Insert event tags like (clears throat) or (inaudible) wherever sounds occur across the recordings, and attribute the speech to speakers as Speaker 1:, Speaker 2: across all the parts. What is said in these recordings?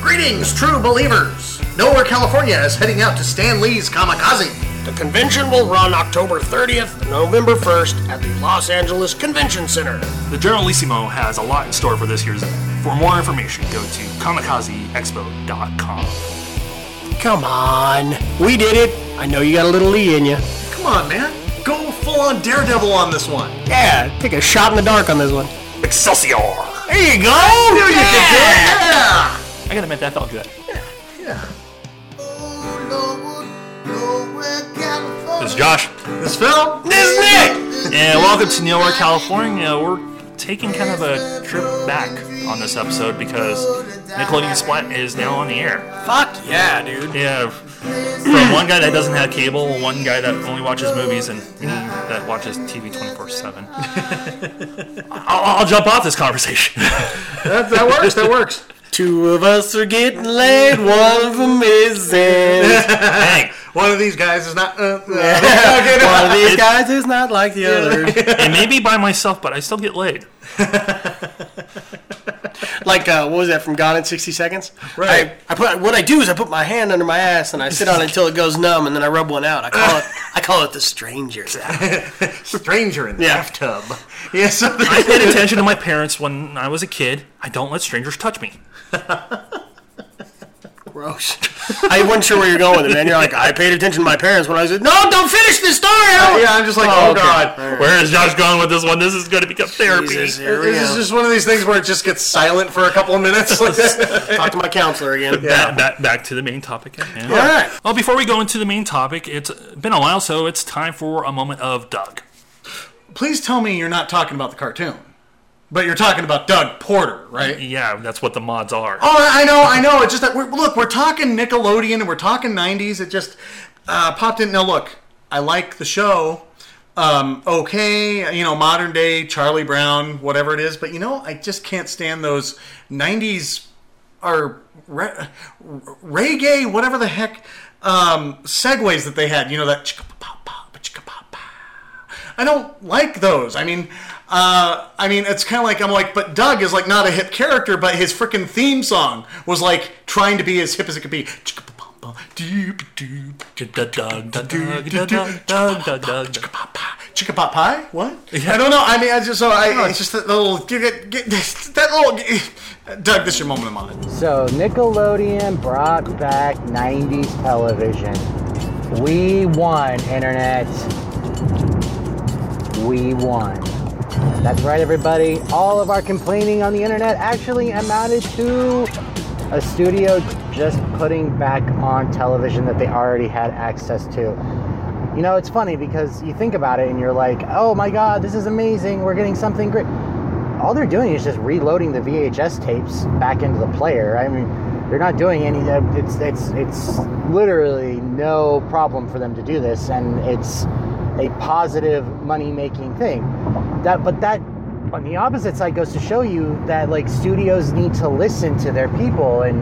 Speaker 1: Greetings, true believers! Nowhere, California is heading out to Stan Lee's Kamikaze.
Speaker 2: The convention will run October 30th and November 1st at the Los Angeles Convention Center.
Speaker 3: The Generalissimo has a lot in store for this year's event. For more information, go to kamikazeexpo.com.
Speaker 2: Come on. We did it. I know you got a little Lee in you.
Speaker 1: Come on, man. Go full on daredevil on this one.
Speaker 2: Yeah, take a shot in the dark on this one.
Speaker 3: Excelsior!
Speaker 2: There you go.
Speaker 1: Yeah!
Speaker 3: I gotta admit, that felt good.
Speaker 1: Yeah.
Speaker 3: This is Josh.
Speaker 1: This film?
Speaker 2: This Nick.
Speaker 3: And welcome to Nowhere, California. We're taking kind of a trip back on this episode because Nickelodeon Splat is now on the air.
Speaker 2: Fuck yeah, dude.
Speaker 3: Yeah, from one guy that doesn't have cable, one guy that only watches movies, and me that watches TV 24 (laughs) 7. I'll I'll jump off this conversation. (laughs)
Speaker 1: That, that works, that works.
Speaker 2: (laughs) Two of us are getting laid. One of
Speaker 1: (laughs)
Speaker 2: them isn't.
Speaker 3: Dang.
Speaker 1: One of these guys is not. Uh,
Speaker 2: One of
Speaker 1: uh,
Speaker 2: these guys is not like
Speaker 1: (laughs)
Speaker 2: the other.
Speaker 3: It may be by myself, but I still get laid.
Speaker 2: Like uh, what was that from Gone in sixty seconds?
Speaker 1: Right.
Speaker 2: I, I put what I do is I put my hand under my ass and I sit on it until it goes numb and then I rub one out. I call it I call it the strangers.
Speaker 1: (laughs) stranger in the
Speaker 2: Yeah.
Speaker 1: (laughs) bathtub. Yeah, so
Speaker 3: I paid attention to my parents when I was a kid. I don't let strangers touch me.
Speaker 2: Gross. I wasn't sure where you're going with it, man. You're like I paid attention to my parents when I was like, no, don't finish this story. Howard."
Speaker 1: (laughs) yeah, I'm just like,
Speaker 2: Oh,
Speaker 1: oh,
Speaker 2: okay.
Speaker 1: god.
Speaker 3: Where is Josh going with this one? This is going to become therapy.
Speaker 2: Jesus, here we
Speaker 1: This is
Speaker 2: go.
Speaker 1: just one of these things where it just gets silent for a couple of
Speaker 2: (laughs)
Speaker 1: minutes. Like that.
Speaker 2: Talk to my counselor again.
Speaker 3: Back, back, back to the main topic. at hand.
Speaker 2: All right.
Speaker 3: Well, before we go into the main topic, it's been a while, so it's time for a moment of Doug.
Speaker 1: Please tell me you're not talking about the cartoon, but you're talking about Doug Porter, right?
Speaker 3: Yeah, that's what the mods are.
Speaker 1: Oh, I I know, I know. It's just that we're, look, we're talking Nickelodeon and we're talking '90s. It just uh, popped in. Now, look, I like the show. Um, okay, you know, modern day Charlie Brown, whatever it is. But you know, I just can't stand those '90s or re- reggae, whatever the heck, um, segues that they had. You know that. chicka-pa-pa, chicka-pa-pa. I don't like those. I mean, uh, I mean, it's kind of like I'm like, but Doug is like not a hip character, but his freaking theme song was like trying to be as hip as it could be. Chicka-pa-pa-pa, doop-a-doop,
Speaker 3: Doug, Doug, Doug, Doug, Doug, Doug, Doug, Doug, Doug.
Speaker 1: chicka-pa-pa, Chicka-pa-pie? What? I don't know. I mean, I just so I it's just that little get, get, (laughs) that little Doug. This is your moment of mine.
Speaker 4: So Nickelodeon brought back 90s television. We won, Internet. We won. That's right, everybody. All of our complaining on the Internet actually amounted to a studio just putting back on television that they already had access to. You know, it's funny because you think about it and you're like, oh my god, this is amazing. We're getting something great. All they're doing is just reloading the VHS tapes back into the player. I mean, they're not doing any. uh, It's it's it's literally no problem for them to do this, and it's a positive money-making thing. That but that on the opposite side goes to show you that like studios need to listen to their people and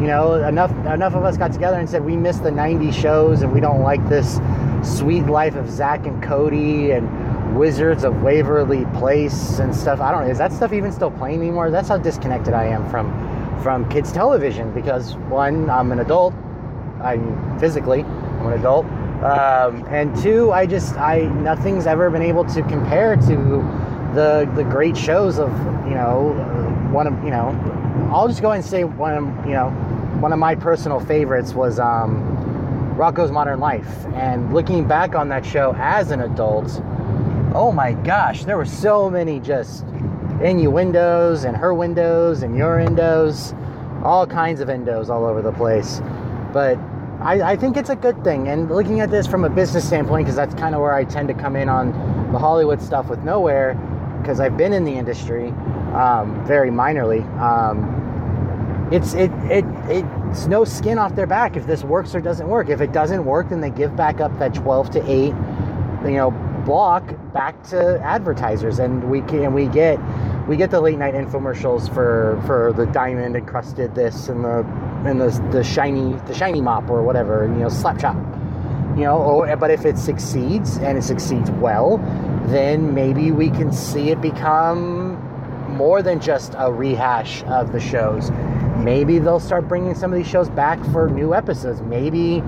Speaker 4: you know enough enough of us got together and said we miss the 90 shows and we don't like this sweet life of Zach and Cody and Wizards of Waverly Place and stuff. I don't know. Is that stuff even still playing anymore? That's how disconnected I am from from kids television because one, I'm an adult. I'm physically, I'm an adult. Um, and two, I just, I, nothing's ever been able to compare to the, the great shows of, you know, uh, one of, you know, I'll just go ahead and say one of, you know, one of my personal favorites was, um, Rocco's Modern Life. And looking back on that show as an adult, oh my gosh, there were so many just innuendos and her windows and your endos, all kinds of endos all over the place. But I, I think it's a good thing. And looking at this from a business standpoint, because that's kind of where I tend to come in on the Hollywood stuff with Nowhere, because I've been in the industry um, very minorly. Um, it's it, it it's no skin off their back if this works or doesn't work. If it doesn't work, then they give back up that twelve to eight, you know, block back to advertisers, and we can and we get we get the late night infomercials for for the diamond encrusted this and the and the the shiny the shiny mop or whatever you know slap chop you know or, but if it succeeds and it succeeds well then maybe we can see it become more than just a rehash of the shows maybe they'll start bringing some of these shows back for new episodes. Maybe,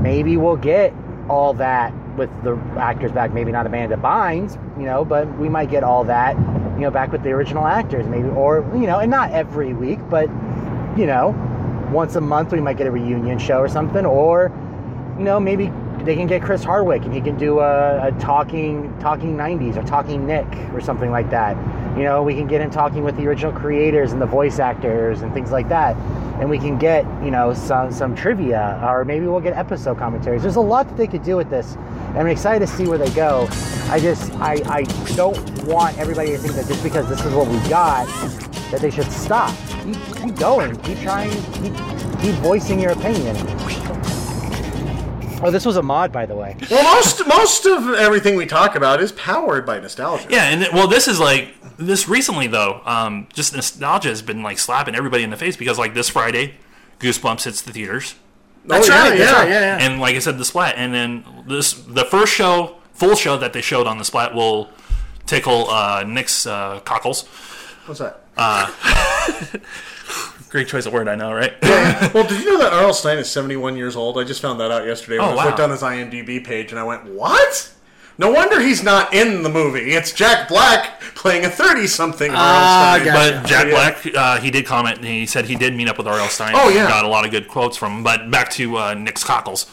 Speaker 4: maybe we'll get all that with the actors back. Maybe not Amanda Bynes, you know, but we might get all that, you know, back with the original actors. Maybe, or you know, and not every week, but you know, once a month we might get a reunion show or something, or you know, maybe they can get Chris Hardwick and he can do a, a talking talking 90s or talking Nick or something like that. You know, we can get him talking with the original creators and the voice actors and things like that. And we can get, you know, some some trivia or maybe we'll get episode commentaries. There's a lot that they could do with this. And I'm excited to see where they go. I just I, I don't want everybody to think that just because this is what we got that they should stop. Keep, keep going. Keep trying. Keep, keep voicing your opinion. Oh, this was a mod, by the way.
Speaker 1: Well, most most of everything we talk about is powered by nostalgia.
Speaker 3: Yeah, and th- well, this is like this recently though. Um, just nostalgia has been like slapping everybody in the face because like this Friday, Goosebumps hits the theaters,
Speaker 2: That's
Speaker 1: Oh, yeah,
Speaker 2: right. That's
Speaker 1: yeah.
Speaker 2: right. Yeah, yeah.
Speaker 3: and like I said, the Splat, and then this the first show, full show that they showed on the Splat will tickle uh, Nick's uh, cockles.
Speaker 1: What's that?
Speaker 3: Great choice of word, I know, (laughs) right?
Speaker 1: well, did you know that Arl Stein is 71 years old? I just found that out yesterday when
Speaker 3: Oh,
Speaker 1: I looked
Speaker 3: wow.
Speaker 1: on his IMDb page and I went, what? No wonder he's not in the movie. It's Jack Black playing a 30 something
Speaker 2: Ah,
Speaker 1: Arl Stein.
Speaker 2: gotcha.
Speaker 3: But Jack
Speaker 1: Yeah.
Speaker 3: Black, uh, he did comment, and he said he did meet up with R.L. Stein.
Speaker 1: Oh, yeah.
Speaker 3: got a lot of good quotes from. him. But back to uh, Nick's cockles.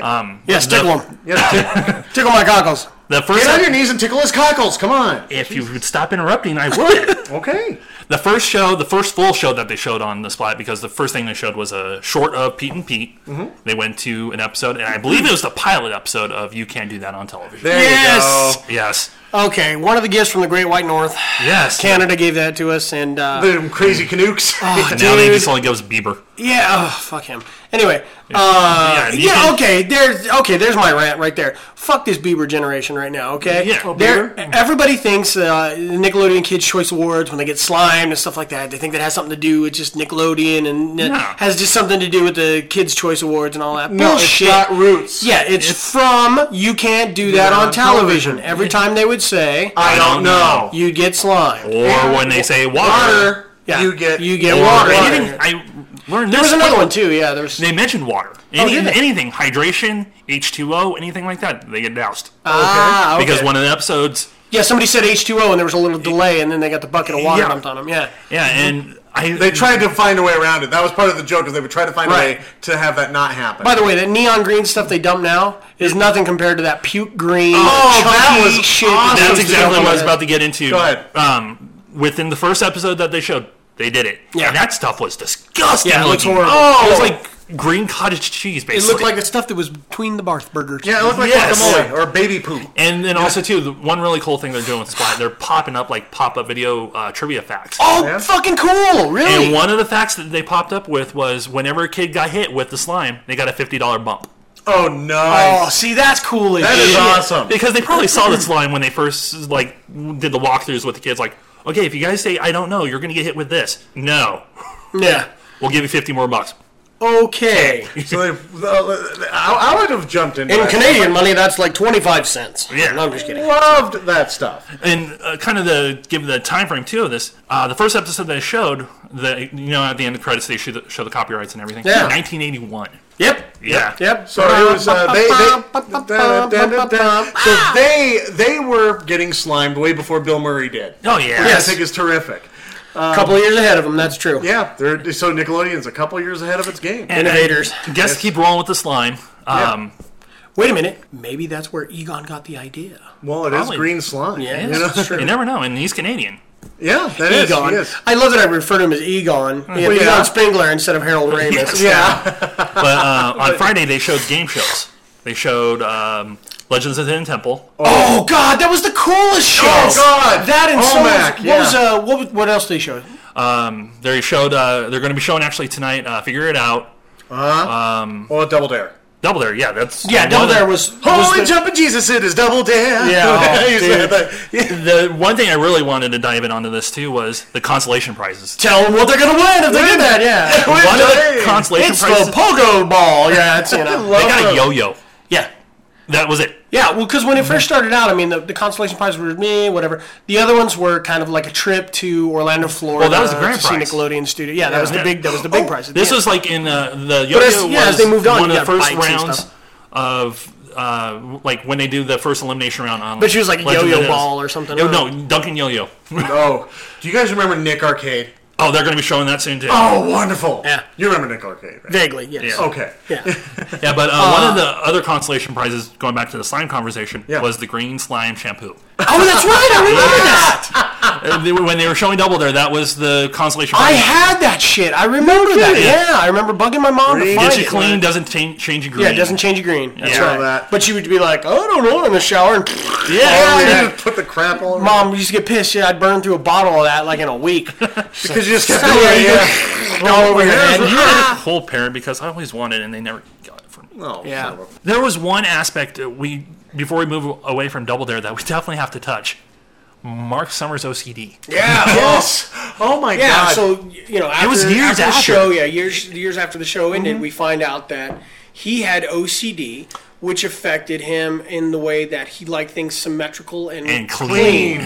Speaker 3: Um,
Speaker 2: Yes,
Speaker 3: the-
Speaker 2: tickle him.
Speaker 1: Yeah, (laughs)
Speaker 2: Tickle my cockles.
Speaker 3: The first,
Speaker 1: get on your knees and tickle his cockles. Come on.
Speaker 3: if you would stop interrupting, I
Speaker 1: (laughs)
Speaker 3: would.
Speaker 1: Okay.
Speaker 3: the first show, the first full show that they showed on the spot, because the first thing they showed was a short of Pete and Pete.
Speaker 2: Mm-hmm.
Speaker 3: They went to an episode, and I believe it was the pilot episode of "You Can't Do That on Television."
Speaker 1: There
Speaker 2: Yes!
Speaker 1: you
Speaker 3: yes,
Speaker 2: Okay, one of the gifts from the Great White North.
Speaker 3: yes.
Speaker 2: Canada gave that to us, and uh,
Speaker 1: go. The crazy Canucks.
Speaker 3: now they
Speaker 2: dude.
Speaker 3: just only gives Bieber.
Speaker 2: yeah, oh, fuck him. Anyway, uh,
Speaker 3: Yeah, you
Speaker 2: yeah,
Speaker 3: can-
Speaker 2: okay, there's okay, there's my rant right there. Fuck this Bieber generation right now, okay?
Speaker 3: Yeah. Oh,
Speaker 2: They're-
Speaker 1: Mm.
Speaker 2: everybody thinks uh, Nickelodeon Kids Choice Awards when they get slimed and stuff like that. They think that has something to do with just Nickelodeon and uh,
Speaker 3: No.
Speaker 2: has just something to do with the Kids Choice Awards and all
Speaker 1: (laughs)
Speaker 2: that
Speaker 1: no, it's
Speaker 2: bullshit.
Speaker 1: got roots.
Speaker 2: yeah, it's, from you can't do that
Speaker 1: Yeah,
Speaker 2: on
Speaker 1: on
Speaker 2: television.
Speaker 1: television.
Speaker 2: Every time they would say,
Speaker 1: I don't know.
Speaker 2: you'd get slimed.
Speaker 3: Or when they say water,
Speaker 1: Water,
Speaker 2: Yeah.
Speaker 1: you get
Speaker 2: You get
Speaker 1: Or
Speaker 2: water.
Speaker 3: Or
Speaker 2: Water.
Speaker 3: anything. I learned this.
Speaker 2: There's another one too. Yeah, there's
Speaker 3: They mentioned water. Any,
Speaker 2: did they?
Speaker 3: anything, hydration, H2O, anything like that, they get doused.
Speaker 2: ah, okay.
Speaker 3: Because one of the episodes,
Speaker 2: Yeah, somebody said H2O and there was a little delay, and then they got the bucket of water
Speaker 3: Yeah.
Speaker 2: dumped on them. Yeah.
Speaker 3: yeah, and I
Speaker 1: They tried to find a way around it. That was part of the joke, is they would try to find
Speaker 2: Right.
Speaker 1: a way to have that not happen.
Speaker 2: By the way, that neon green stuff they dump now is nothing compared to that puke green.
Speaker 1: Oh,
Speaker 2: chunky
Speaker 1: that was
Speaker 2: shit.
Speaker 1: awesome.
Speaker 3: E. That's exactly what I was
Speaker 2: Yeah.
Speaker 3: about to get into.
Speaker 1: Go ahead.
Speaker 3: Um, within the first episode that they showed, they did it.
Speaker 2: Yeah.
Speaker 3: And that stuff was disgusting.
Speaker 2: Yeah, it looks
Speaker 3: looking.
Speaker 2: horrible.
Speaker 3: Oh, it was like green cottage cheese,
Speaker 2: It
Speaker 3: basically.
Speaker 2: looked like the stuff that was between the Barth burgers.
Speaker 1: yeah, it looked like
Speaker 3: Yes.
Speaker 1: guacamole or baby poop.
Speaker 3: And then also too, the one really cool thing they're doing with Splat, they're popping up like pop-up video uh, trivia facts.
Speaker 2: Oh,
Speaker 1: Yeah.
Speaker 2: fucking cool! Really?
Speaker 3: And one of the facts that they popped up with was whenever a kid got hit with the slime, they got a fifty dollar bump.
Speaker 1: Oh,
Speaker 2: oh,
Speaker 1: nice.
Speaker 2: see, that's cool. as
Speaker 1: that is
Speaker 2: shit.
Speaker 1: awesome.
Speaker 3: Because they probably saw this line when they first like did the walkthroughs with the kids. Like, okay, if you guys say I don't know, you're gonna get hit with this. No,
Speaker 2: Yeah.
Speaker 3: we'll give you fifty more bucks.
Speaker 2: Okay.
Speaker 1: So they, uh, I, I would have jumped into
Speaker 2: In
Speaker 1: that.
Speaker 2: Canadian money, that's like 25 cents.
Speaker 3: Yeah.
Speaker 2: No, I'm just kidding.
Speaker 1: Loved that stuff.
Speaker 3: And uh, kind of the give the time frame too of this. Uh, the first episode that I showed, the you know at the end of the credits they show the, show the copyrights and everything.
Speaker 2: Yeah.
Speaker 3: 1981.
Speaker 2: Yep.
Speaker 3: Yeah.
Speaker 2: Yep.
Speaker 1: So it was uh, they, they so they they were getting slimed way before Bill Murray did.
Speaker 3: Oh
Speaker 1: Which
Speaker 3: yeah.
Speaker 1: I
Speaker 2: Yes.
Speaker 1: think is terrific.
Speaker 2: A couple of years ahead of them, that's true.
Speaker 1: Yeah, they're, so Nickelodeon's a couple years ahead of its game.
Speaker 2: Innovators.
Speaker 3: Guess keep rolling with the slime. Um,
Speaker 2: Wait a minute. Maybe that's where Egon got the idea.
Speaker 1: well, it is
Speaker 3: Probably.
Speaker 1: green slime.
Speaker 2: Yeah,
Speaker 1: you
Speaker 2: it's
Speaker 1: know?
Speaker 2: true.
Speaker 3: You never know, and he's Canadian.
Speaker 1: (laughs) yeah, that is.
Speaker 2: Egon.
Speaker 1: Yes.
Speaker 2: I love that I refer to him as Egon. Mm-hmm. Yeah,
Speaker 1: yeah.
Speaker 2: Egon Spengler instead of Harold Ramis.
Speaker 1: Yeah, (laughs)
Speaker 3: But uh,
Speaker 2: (laughs)
Speaker 3: on Friday they showed game shows. They showed um, Legends of the Hidden Temple.
Speaker 2: Oh God, that was the coolest show.
Speaker 1: Oh, God.
Speaker 2: that and so
Speaker 1: Olmec,
Speaker 2: what
Speaker 1: yeah.
Speaker 2: was uh what was, what else did they show?
Speaker 3: They showed. Uh, they're going to be showing actually tonight. Uh, Figure it out.
Speaker 1: well, Double Dare.
Speaker 3: Double Dare. Yeah, that's
Speaker 2: Yeah, down
Speaker 3: one of
Speaker 2: there was
Speaker 1: Holy
Speaker 2: was the-
Speaker 1: jumping Jesus! It is Double Dare.
Speaker 2: Yeah,
Speaker 1: You said
Speaker 2: dude.
Speaker 1: that.
Speaker 3: the, the one thing I really wanted to dive in onto this too was the consolation prizes.
Speaker 2: Tell them what they're gonna win if they did
Speaker 1: (laughs)
Speaker 2: that. Yeah,
Speaker 3: (laughs) One of the
Speaker 1: Hey,
Speaker 3: consolation
Speaker 2: it's the
Speaker 3: prizes. Oh,
Speaker 2: pogo ball. Yeah, it's you know
Speaker 3: they got a yo-yo.
Speaker 2: yeah.
Speaker 3: That was it.
Speaker 2: Yeah, well, because when it first started out, I mean, the, the consolation prize were me, whatever. The other ones were kind of like a trip to Orlando, Florida.
Speaker 3: Well, that was the grand
Speaker 2: to see
Speaker 3: prize.
Speaker 2: Nickelodeon studio. Yeah, that was the
Speaker 3: Yeah. Oh,
Speaker 2: big. That was the big prize. at the
Speaker 3: This
Speaker 2: end.
Speaker 3: was like in uh, the yo
Speaker 2: as- yeah, as they moved on,
Speaker 3: one
Speaker 2: you
Speaker 3: of the
Speaker 2: got
Speaker 3: first
Speaker 2: bikes and
Speaker 3: rounds
Speaker 2: stuff.
Speaker 3: of uh, like when they do the first elimination round on.
Speaker 2: But she was like
Speaker 3: Legend of
Speaker 2: yo-yo
Speaker 3: Oz.
Speaker 2: ball or something.
Speaker 3: Yo, no, Duncan Yo Yo.
Speaker 1: (laughs) Oh, do you guys remember Nick Arcade?
Speaker 3: Oh, they're going to be showing that soon too.
Speaker 1: Oh, wonderful.
Speaker 2: Yeah.
Speaker 1: You remember Nick Arcade, right?
Speaker 2: vaguely. Yes. Oh,
Speaker 3: Yeah.
Speaker 1: Okay.
Speaker 3: (laughs)
Speaker 2: Yeah.
Speaker 3: Yeah, but uh, one of the other consolation prizes, going back to the slime conversation,
Speaker 1: Yeah.
Speaker 3: was the green slime shampoo. (laughs)
Speaker 2: Oh, that's right. I remember that.
Speaker 3: Uh, they were- when they were showing Double Dare, that was the consolation
Speaker 2: I
Speaker 3: prize.
Speaker 2: had that shit. I remember that. Yeah. I remember bugging my mom
Speaker 1: Green.
Speaker 2: to find
Speaker 3: Get you
Speaker 2: it.
Speaker 3: clean, doesn't change, change in green.
Speaker 2: Yeah, it doesn't change green. That's
Speaker 3: Yeah.
Speaker 2: right.
Speaker 1: That.
Speaker 2: But she would be like, "Oh, I don't know," in the shower, and (laughs)
Speaker 3: Yeah.
Speaker 1: Oh, you just put the crap all over
Speaker 2: mom used to get pissed. Yeah, I'd burn through a bottle of that like in a
Speaker 3: (laughs)
Speaker 2: week.
Speaker 1: because you just kept doing
Speaker 2: yeah,
Speaker 1: it.
Speaker 2: yeah. All over your head.
Speaker 3: And
Speaker 2: (laughs)
Speaker 3: you had a whole parent because I always wanted it and they never got it for me.
Speaker 1: Oh,
Speaker 2: Yeah.
Speaker 1: son of a-
Speaker 3: There was one aspect that we before we move away from Double Dare that we definitely have to touch. Mark Summers OCD.
Speaker 2: Yeah.
Speaker 1: Yes. Oh my
Speaker 2: Yeah,
Speaker 1: God.
Speaker 2: so you know, after,
Speaker 3: was years
Speaker 2: the
Speaker 3: after. Mm-hmm.
Speaker 2: show. Yeah, years years after the show ended, we find out that he had OCD, which affected him in the way that he liked things symmetrical and,
Speaker 3: And clean.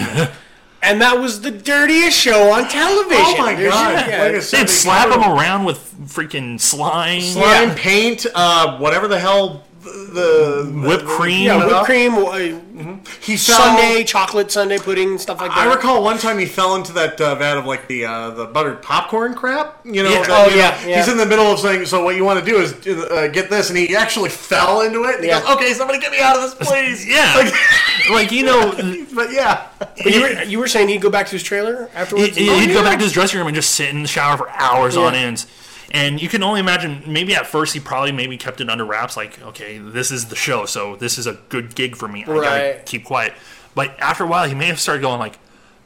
Speaker 2: And that was the dirtiest show on television.
Speaker 1: oh my
Speaker 2: There's-
Speaker 1: God.
Speaker 2: yeah.
Speaker 1: Like I said,
Speaker 3: They'd
Speaker 1: they
Speaker 3: slap
Speaker 1: covered
Speaker 3: him around with freaking slime,
Speaker 1: Slime,
Speaker 2: Yeah.
Speaker 1: paint, uh, whatever the hell. The
Speaker 3: whipped cream.
Speaker 2: Yeah,
Speaker 1: it
Speaker 2: whipped
Speaker 1: up.
Speaker 2: cream, uh,
Speaker 1: he fell.
Speaker 2: Sunday chocolate Sunday pudding, stuff like that.
Speaker 1: I recall one time he fell into that uh, vat of like the uh, the buttered popcorn crap. You know,
Speaker 3: Yeah.
Speaker 1: that-
Speaker 2: Oh,
Speaker 1: you know,
Speaker 2: yeah, yeah.
Speaker 1: he's in the middle of saying, "So what you want to do is uh, get this," and he actually fell into it. And
Speaker 2: Yeah.
Speaker 1: he goes, "Okay, somebody get me out of this, please."
Speaker 2: (laughs)
Speaker 3: Yeah.
Speaker 1: Like,
Speaker 3: like, you know,
Speaker 1: (laughs) but yeah, (laughs)
Speaker 2: But you, were, you were saying he'd go back to his trailer afterwards.
Speaker 3: He,
Speaker 2: Oh,
Speaker 3: would
Speaker 2: yeah.
Speaker 3: go back to his dressing room and just sit in the shower for hours on
Speaker 2: Yeah.
Speaker 3: ends. And you can only imagine. Maybe at first he probably maybe kept it under wraps, like, okay, this is the show, so this is a good gig for me. I gotta
Speaker 2: Right.
Speaker 3: keep quiet. But after a while, he may have started going like,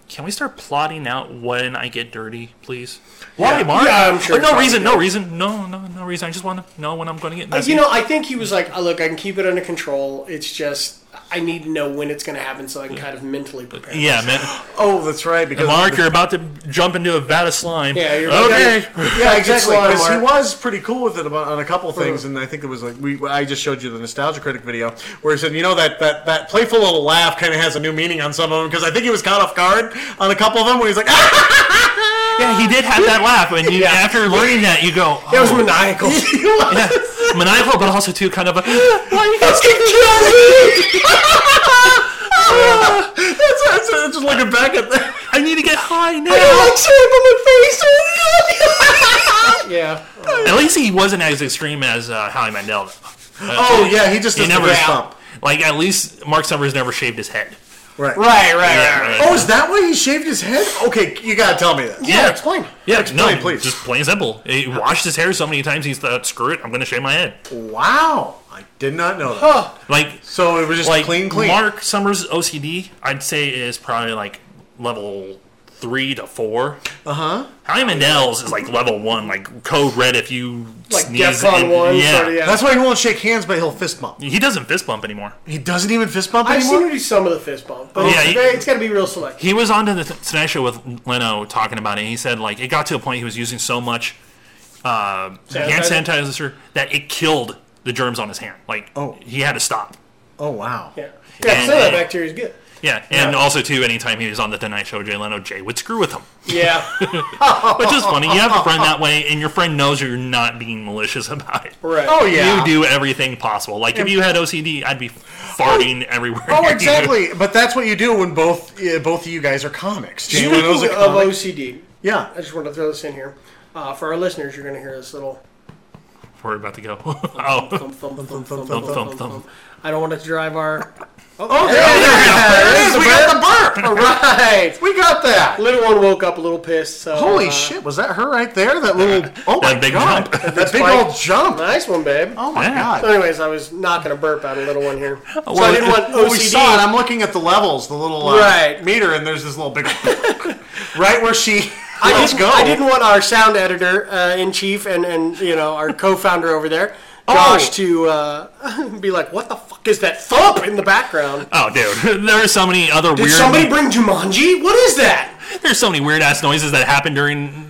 Speaker 3: "Can we start plotting out when I get dirty, please? Why, Mark?
Speaker 2: Yeah, I'm sure
Speaker 3: But no
Speaker 2: he
Speaker 3: reason, no reason, no, no, no reason. I just want to know when I'm going to get messy.
Speaker 2: Uh, You know, I think he was like, oh, "Look, I can keep it under control. It's just I need to know when it's going to happen so I can kind of mentally prepare."
Speaker 3: yeah, man.
Speaker 1: oh, that's right. Because
Speaker 3: Mark, you're about to jump into a vat of slime.
Speaker 2: Yeah, you're-
Speaker 3: okay.
Speaker 1: yeah, exactly.
Speaker 2: slime
Speaker 1: Because he
Speaker 2: art.
Speaker 1: was pretty cool with it about, on a couple things, and I think it was like we. I just showed you the nostalgia critic video where he said, you know, that that, that playful little laugh kind of has a new meaning on some of them because I think he was caught off guard on a couple of them when he's like, ah! (laughs)
Speaker 3: Yeah, he did have that laugh, and
Speaker 2: (laughs)
Speaker 3: you, after learning that, you go,
Speaker 2: It was (laughs)
Speaker 3: "Oh,
Speaker 2: maniacal.
Speaker 3: (laughs) yeah, maniacal, but also too kind of a.
Speaker 2: Let's get drunk.
Speaker 1: (laughs) that's, that's, that's just looking back at that.
Speaker 3: I need to get high now.
Speaker 1: oh
Speaker 2: yeah.
Speaker 3: (laughs) At least he wasn't as extreme as uh, Howie Mandel.
Speaker 1: yeah, Oh, he just
Speaker 3: He
Speaker 1: does
Speaker 3: never
Speaker 1: the fist bump.
Speaker 3: like at least Mark Summers never shaved his head.
Speaker 1: Right.
Speaker 2: Right. Right. Right.
Speaker 3: Yeah,
Speaker 2: right.
Speaker 1: Oh, is that why he shaved his head? Okay, you gotta tell me that.
Speaker 2: Yeah. Explain.
Speaker 3: Yeah,
Speaker 1: Explain,
Speaker 3: no,
Speaker 1: please.
Speaker 3: Just plain simple. He washed his hair so many times he's thought, screw it, I'm gonna shave my head.
Speaker 1: Wow, I did not know that.
Speaker 3: Like
Speaker 1: So it was just
Speaker 3: like
Speaker 1: clean, clean.
Speaker 3: Mark Summers OCD, I'd say is probably like level three to four. Uh
Speaker 1: Uh-huh.
Speaker 3: huh. Howie Mandel's is like level one, like code red if you
Speaker 2: Like
Speaker 3: sneeze.
Speaker 2: DEFCON
Speaker 3: and-
Speaker 2: one,
Speaker 3: yeah.
Speaker 2: sorta, yeah.
Speaker 1: That's why he won't shake hands, but he'll fist bump.
Speaker 3: He doesn't fist bump anymore.
Speaker 1: He doesn't even fist bump
Speaker 2: I've seen
Speaker 1: anymore.
Speaker 2: him do some of the fist bump, but
Speaker 3: Yeah,
Speaker 2: it's,
Speaker 3: he-
Speaker 2: it's got to be real select.
Speaker 3: He was on to the Th- Tonight Show with Leno talking about it. and He said like it got to a point he was using so much uh, hand sanitizer that it killed the germs on his hand. Like
Speaker 1: Oh.
Speaker 3: he had to stop.
Speaker 1: Oh wow.
Speaker 2: Yeah. Yeah. Some of that bacteria is good.
Speaker 3: Yeah, and also too, anytime he was on the Tonight Show, Jay Leno, Jay would screw with him,
Speaker 2: Yeah.
Speaker 3: which is funny. You have a friend that way, and your friend knows you're not being malicious (laughs) about it.
Speaker 2: Right.
Speaker 1: Oh yeah.
Speaker 3: You do everything possible. Like if you had OCD, I'd be farting everywhere. (laughs)
Speaker 1: Oh, exactly. But that's what you do when both uh, both of you guys are comics. Jay
Speaker 2: Speaking
Speaker 1: Leno's a
Speaker 2: of
Speaker 1: comic.
Speaker 2: OCD,
Speaker 1: Yeah.
Speaker 2: I just wanted to throw this in here. Uh, for our listeners, you're going to hear this little
Speaker 3: We're about to go. (laughs) oh,
Speaker 2: thump, thump, thump, thump, thump, thump,
Speaker 3: thump, thump,
Speaker 2: thump,
Speaker 3: thump.
Speaker 2: I don't want it to drive our. (laughs)
Speaker 1: Oh, there, it is. We got the burp.
Speaker 2: All (laughs) right.
Speaker 1: We got that.
Speaker 2: Little one woke up a little pissed. So,
Speaker 1: Holy
Speaker 2: uh,
Speaker 1: shit! Was that her right there? That little oh my
Speaker 3: That big
Speaker 1: god!
Speaker 3: jump.
Speaker 1: That big
Speaker 2: Spike.
Speaker 1: old jump!
Speaker 2: Nice one, babe.
Speaker 1: Oh my
Speaker 3: Yeah.
Speaker 2: So,
Speaker 1: god!
Speaker 2: anyways, I was not going to burp out a little one here. So I
Speaker 3: Well,
Speaker 2: didn't want
Speaker 1: Well, we
Speaker 2: OCD.
Speaker 1: saw it. I'm looking at the levels, the little uh,
Speaker 2: Right.
Speaker 1: meter, and there's this little big
Speaker 2: (laughs)
Speaker 1: right where she. (laughs)
Speaker 2: I
Speaker 1: Let's
Speaker 2: didn't,
Speaker 1: go.
Speaker 2: I didn't want our sound editor uh, in chief and, and you know our co-founder over there, Josh, to uh, (laughs) be like, "What the fuck is that thump in the background?
Speaker 3: oh, dude, (laughs) there are so many other
Speaker 2: Did
Speaker 3: weird.
Speaker 2: somebody bring Jumanji? What is that?"
Speaker 3: There's so many weird ass noises that
Speaker 2: (laughs) (laughs)
Speaker 3: happen during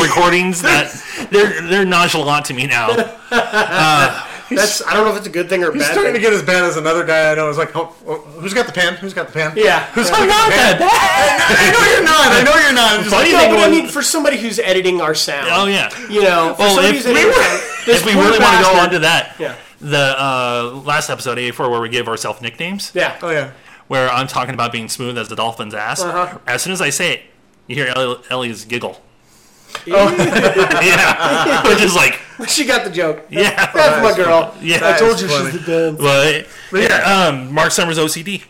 Speaker 3: recordings that they're they're nonchalant to me now. Uh,
Speaker 2: That's I don't know if it's a good thing or a
Speaker 1: He's
Speaker 2: bad
Speaker 1: starting
Speaker 2: thing.
Speaker 1: to get as bad as another guy I know. Is like, oh, oh, who's got the pen? Who's got the pen?
Speaker 2: yeah.
Speaker 1: Who's
Speaker 2: Yeah.
Speaker 1: got the pen? I know you're not. I know you're not. I'm just like,
Speaker 3: Funny
Speaker 2: No,
Speaker 3: thing
Speaker 2: but I
Speaker 3: was-
Speaker 2: mean, for somebody who's editing our sound.
Speaker 3: Oh, yeah.
Speaker 2: You know, for
Speaker 3: Well,
Speaker 2: somebody
Speaker 3: if
Speaker 2: who's
Speaker 3: we
Speaker 2: editing
Speaker 3: were-
Speaker 2: our sound, this
Speaker 3: If we
Speaker 2: poor
Speaker 3: really want to go
Speaker 2: bastard-
Speaker 3: on to that,
Speaker 2: Yeah.
Speaker 3: the uh, last episode, 84, where we give ourselves nicknames,
Speaker 2: (laughs) Yeah.
Speaker 1: oh yeah.
Speaker 3: where I'm talking about being smooth as the dolphin's ass,
Speaker 2: Uh-huh.
Speaker 3: as soon as I say it, you hear Ellie,
Speaker 2: (laughs)
Speaker 3: Ellie's giggle.
Speaker 2: Oh.
Speaker 3: yeah. Which is like,
Speaker 2: (laughs) She got the joke.
Speaker 3: yeah.
Speaker 2: That's my girl.
Speaker 3: Yeah.
Speaker 2: I told you
Speaker 1: That's funny.
Speaker 2: she's the dumb.
Speaker 3: But, yeah, um, Mark Summers OCD.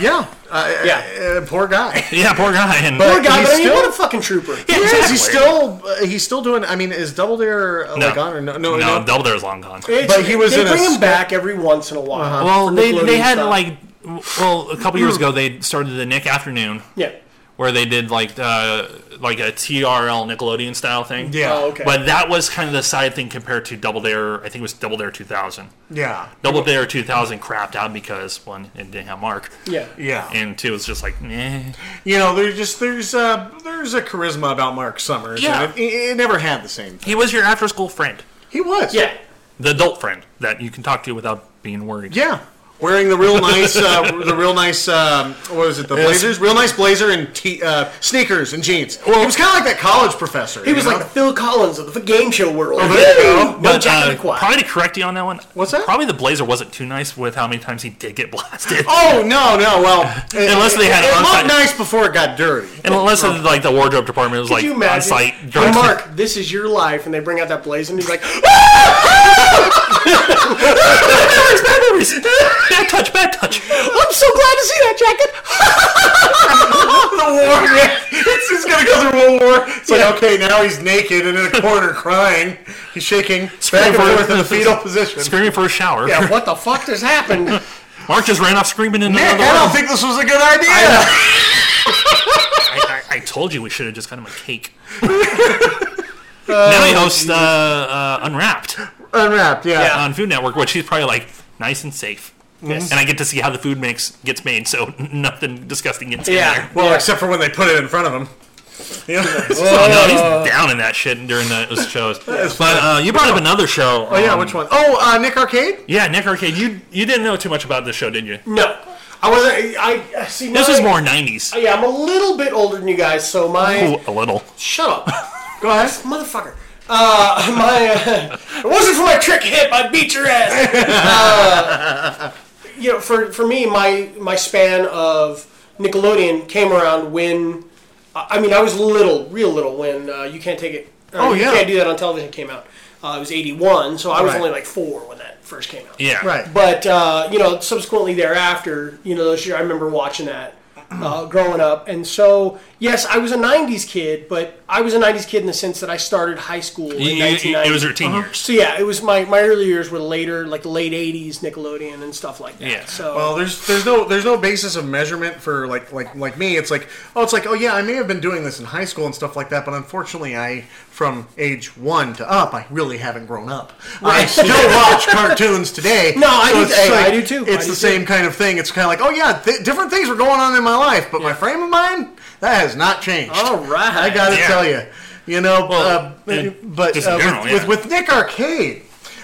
Speaker 1: Yeah. Uh,
Speaker 2: Yeah.
Speaker 1: Uh, poor guy.
Speaker 3: (laughs) yeah, poor guy. And
Speaker 2: Poor guy,
Speaker 1: He's
Speaker 2: but I mean,
Speaker 1: still-
Speaker 2: what a fucking trooper.
Speaker 3: Yeah,
Speaker 1: He is.
Speaker 3: exactly.
Speaker 1: He's still. Uh, he's still doing. I mean, is Double Dare uh, like on or no? No.
Speaker 3: no,
Speaker 1: no.
Speaker 3: Double Dare's long gone.
Speaker 2: It's-
Speaker 1: But he was
Speaker 2: they
Speaker 1: in a
Speaker 2: bring him
Speaker 1: sc-
Speaker 2: back every once in a while.
Speaker 1: Uh-huh.
Speaker 3: Well,
Speaker 2: for
Speaker 3: they, they
Speaker 2: Nickelodeon
Speaker 3: had
Speaker 2: stuff.
Speaker 3: like, well, a couple years ago they started the Nick Afternoon,
Speaker 2: yeah.
Speaker 3: where they did like uh, like a TRL Nickelodeon style thing.
Speaker 1: Yeah.
Speaker 2: Oh, okay.
Speaker 3: But that was kind of the side thing compared to Double Dare. I think it was Double Dare 2000.
Speaker 1: Yeah.
Speaker 3: Double Dare 2000 crapped out because one, it didn't have Mark,
Speaker 2: yeah.
Speaker 1: Yeah.
Speaker 3: and two, it was just like, eh.
Speaker 1: you know, there's just there's uh there's a charisma about Mark Summers.
Speaker 3: Yeah.
Speaker 1: And it, it, it never had the same.
Speaker 3: He was your after school friend,
Speaker 1: He was.
Speaker 2: Yeah.
Speaker 3: the adult friend that you can talk to without being worried.
Speaker 1: Yeah. Wearing the real nice, uh, the real nice, um, what was it? The
Speaker 3: Yes.
Speaker 1: blazers, real nice blazer and te- uh, sneakers and jeans. Well, he was kind of like that college professor.
Speaker 2: He was like the Phil Collins of the game show world.
Speaker 1: there you go.
Speaker 2: No
Speaker 3: But
Speaker 2: Jack
Speaker 3: uh,
Speaker 2: and the Quack.
Speaker 3: probably to correct you on that one.
Speaker 1: What's that?
Speaker 3: Probably the Blazer wasn't too nice with how many times he did get blasted.
Speaker 1: oh no, no, well, it-
Speaker 3: Unless they had
Speaker 1: it, it
Speaker 3: on-site-
Speaker 1: looked nice before it got dirty.
Speaker 3: And unless it's like the wardrobe department was
Speaker 2: Could
Speaker 3: like
Speaker 2: you
Speaker 3: on
Speaker 2: imagine?
Speaker 3: site.
Speaker 2: Hey,
Speaker 3: drugs.
Speaker 2: (laughs) Mark, this is your life, and they bring out that blaze, and he's like, "Oh,
Speaker 3: (laughs) bad touch, bad touch.
Speaker 2: "I'm so glad to see that jacket."
Speaker 1: The war, yeah, it's just gonna go through World War. It's like okay, now he's naked and in a corner crying. He's shaking back and
Speaker 3: for-
Speaker 1: forth in the fetal position.
Speaker 3: Screaming for a shower.
Speaker 2: Yeah, (laughs) what the fuck just happened?
Speaker 3: Mark just ran off screaming in
Speaker 1: Nick,
Speaker 3: another
Speaker 1: I don't
Speaker 3: room.
Speaker 1: think this was a good idea.
Speaker 3: I, I, I told you we should have just got him
Speaker 1: (laughs)
Speaker 3: a cake.
Speaker 1: Oh,
Speaker 3: now he hosts uh, uh, Unwrapped
Speaker 1: (laughs) Unwrapped, yeah.
Speaker 2: Yeah.
Speaker 3: on Food Network, which he's probably like nice and safe.
Speaker 2: Yes.
Speaker 3: And I get to see how the food makes gets made, so nothing disgusting gets in
Speaker 2: Yeah.
Speaker 3: there.
Speaker 1: Well, except for when they put it in front of
Speaker 3: (laughs)
Speaker 1: him. Yeah.
Speaker 3: Oh, no,
Speaker 1: Uh.
Speaker 3: he's down in that shit during those
Speaker 1: (laughs)
Speaker 3: shows. But uh, you brought up another show. um,
Speaker 1: oh yeah, which one? Oh, uh, Nick Arcade.
Speaker 3: Yeah, Nick Arcade. You you didn't know too much about this show, did you?
Speaker 2: no, I wasn't. I, I see.
Speaker 3: This
Speaker 2: my-
Speaker 3: was more 90s.
Speaker 2: Yeah, I'm a little bit older than you guys, so my
Speaker 3: Oh, a little.
Speaker 2: shut up. (laughs) Go ahead, motherfucker. Uh, (laughs) my uh, if it wasn't for my trick hip, I'd beat your ass. Uh, you know, for for me, my my span of Nickelodeon came around when I I mean I was little, real little when uh, you can't take it. or
Speaker 1: Oh,
Speaker 2: you
Speaker 1: yeah.
Speaker 2: can't do that on television came out. Uh, it was '81, so I was
Speaker 1: Right.
Speaker 2: only like four when that first came out.
Speaker 3: Yeah.
Speaker 1: Right.
Speaker 2: But uh, you know, subsequently thereafter, you know, those year I remember watching that uh, growing up, and so yes, I was a '90s kid, but I was a '90s kid in the sense that I started high school in
Speaker 3: You- you-
Speaker 2: 1990.
Speaker 3: it was your
Speaker 1: Uh-huh.
Speaker 3: teen years.
Speaker 2: so yeah, it was my my early years were later, like the late '80s Nickelodeon and stuff like that.
Speaker 3: Yeah.
Speaker 2: So
Speaker 1: Well, there's there's no there's no basis of measurement for like like like me. It's like oh, it's like oh yeah, I may have been doing this in high school and stuff like that, but unfortunately, I from age one to up, I really haven't grown up. I still watch cartoons today.
Speaker 2: (laughs) No, I do-
Speaker 1: it's
Speaker 2: hey, I do too. I
Speaker 1: It's
Speaker 2: do
Speaker 1: the
Speaker 2: too.
Speaker 1: same kind of thing. It's kind of like oh yeah, th- different things were going on in my life, but my frame of mind that has not changed.
Speaker 2: All right.
Speaker 1: I gotta
Speaker 3: Yeah.
Speaker 1: tell you, you know,
Speaker 3: Well,
Speaker 1: uh,
Speaker 3: and
Speaker 1: but
Speaker 3: just in
Speaker 1: uh,
Speaker 3: general,
Speaker 1: with,
Speaker 3: yeah.
Speaker 1: with with Nick Arcade.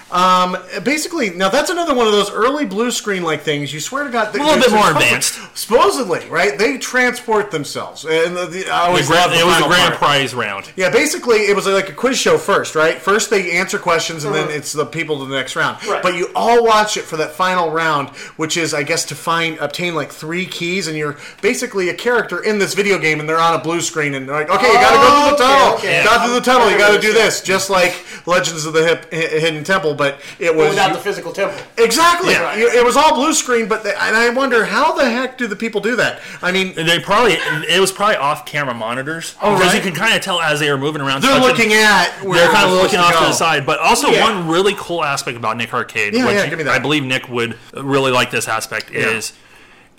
Speaker 1: Um, basically, now that's another one of those early blue screen like things. You swear to God,
Speaker 3: A little bit more advanced.
Speaker 1: Supposedly, right? They transport themselves, and the, the, I
Speaker 3: We
Speaker 1: always love
Speaker 3: grabbed-
Speaker 1: the
Speaker 3: it was a
Speaker 1: final
Speaker 3: grand
Speaker 1: part.
Speaker 3: prize round.
Speaker 1: Yeah, basically, it was like a quiz show first, right? First they answer questions, and then it's the people to the next round.
Speaker 2: Mm-hmm. Right.
Speaker 1: But you all watch it for that final round, which is, I guess, to find obtain like three keys, and you're basically a character in this video game, and they're on a blue screen, and they're like, okay, you gotta go through the
Speaker 2: Okay,
Speaker 1: tunnel,
Speaker 2: okay.
Speaker 1: got through the tunnel, you
Speaker 2: I
Speaker 1: gotta
Speaker 2: remember
Speaker 1: do this,
Speaker 2: this,
Speaker 1: just like Legends of the Hip, Hi- Hidden Temple, but it was
Speaker 2: without the physical temple.
Speaker 1: exactly.
Speaker 3: Yeah.
Speaker 1: You- It was all blue screen, but they, and I wonder how the heck do the people do that? I mean,
Speaker 3: They probably it was probably off camera monitors
Speaker 1: Oh,
Speaker 3: because
Speaker 1: right.
Speaker 3: you can kind of tell as they were moving around.
Speaker 1: they're
Speaker 3: touching-
Speaker 1: looking at where
Speaker 3: They're kind of
Speaker 1: supposed
Speaker 3: looking off
Speaker 1: go.
Speaker 3: to the side. But also
Speaker 2: Yeah.
Speaker 3: one really cool aspect about Nick Arcade,
Speaker 1: Yeah,
Speaker 3: which
Speaker 1: yeah, give me that.
Speaker 3: I believe Nick would really like this aspect is.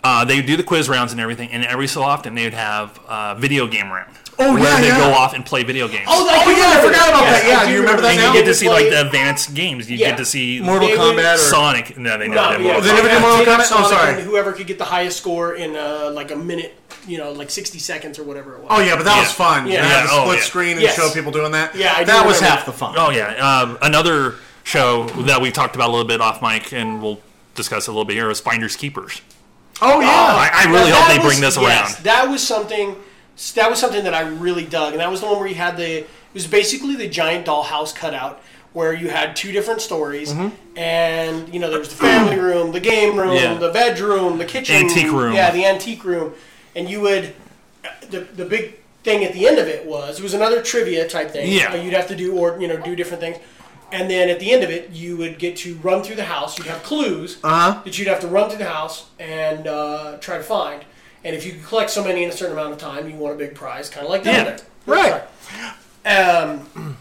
Speaker 3: Uh, they do the quiz rounds and everything, and every so often they would have uh, video game round.
Speaker 1: Oh,
Speaker 3: where
Speaker 1: yeah,
Speaker 3: they
Speaker 1: yeah.
Speaker 3: go off and play video games.
Speaker 2: Oh, I
Speaker 1: Oh,
Speaker 2: do
Speaker 1: yeah, I
Speaker 2: remember
Speaker 1: forgot about
Speaker 2: Yes,
Speaker 1: that. Yeah,
Speaker 2: I
Speaker 1: do you remember that
Speaker 3: and
Speaker 1: now?
Speaker 3: you get to see like
Speaker 2: Play-
Speaker 3: the advanced games. You
Speaker 2: Yeah.
Speaker 3: get to see
Speaker 1: Mortal
Speaker 2: They would-
Speaker 1: Kombat or
Speaker 3: Sonic. No, they never
Speaker 2: No,
Speaker 3: did
Speaker 2: yeah,
Speaker 3: Mortal
Speaker 1: They never
Speaker 2: Sonic,
Speaker 1: did Mortal
Speaker 2: Sonic,
Speaker 1: Kombat? Oh,
Speaker 2: Sonic, and
Speaker 1: sorry.
Speaker 2: Whoever could get the highest score in uh, like a minute, you know, like 60 seconds or whatever it was.
Speaker 1: Oh yeah, but that
Speaker 3: Yeah.
Speaker 1: was fun.
Speaker 2: Yeah.
Speaker 1: You had
Speaker 3: Yeah,
Speaker 1: the
Speaker 3: oh,
Speaker 1: split
Speaker 3: yeah.
Speaker 1: screen and
Speaker 2: Yes.
Speaker 1: show people doing that.
Speaker 2: Yeah, I do
Speaker 1: that was
Speaker 2: remember
Speaker 1: half the fun.
Speaker 3: Oh yeah, um, another show that we talked about a little bit off mic, and we'll discuss a little bit here is Finders Keepers.
Speaker 2: Oh yeah,
Speaker 3: I- I really
Speaker 2: Now,
Speaker 3: hope
Speaker 2: that
Speaker 3: they bring this
Speaker 2: yes,
Speaker 3: around.
Speaker 2: That was something. That was something that I really dug, and that was the one where you had the. It was basically the giant dollhouse cutout where you had two different stories, and you know there was the
Speaker 3: (clears throat)
Speaker 2: family room, the game room,
Speaker 3: Mm-hmm. Yeah.
Speaker 2: the bedroom, the kitchen,
Speaker 3: Antique room.
Speaker 2: Yeah, the antique room, and you would. The, the big thing at the end of it was it was another trivia type thing.
Speaker 3: Yeah.
Speaker 2: you'd have to do or you know do different things. And then at the end of it, you would get to run through the house. You'd have clues
Speaker 3: Uh-huh.
Speaker 2: that you'd have to run through the house and uh, try to find. And if you could collect so many in a certain amount of time, you won a big prize, kind of like
Speaker 3: Yeah.
Speaker 2: that.
Speaker 1: Oh, Right.
Speaker 2: Um,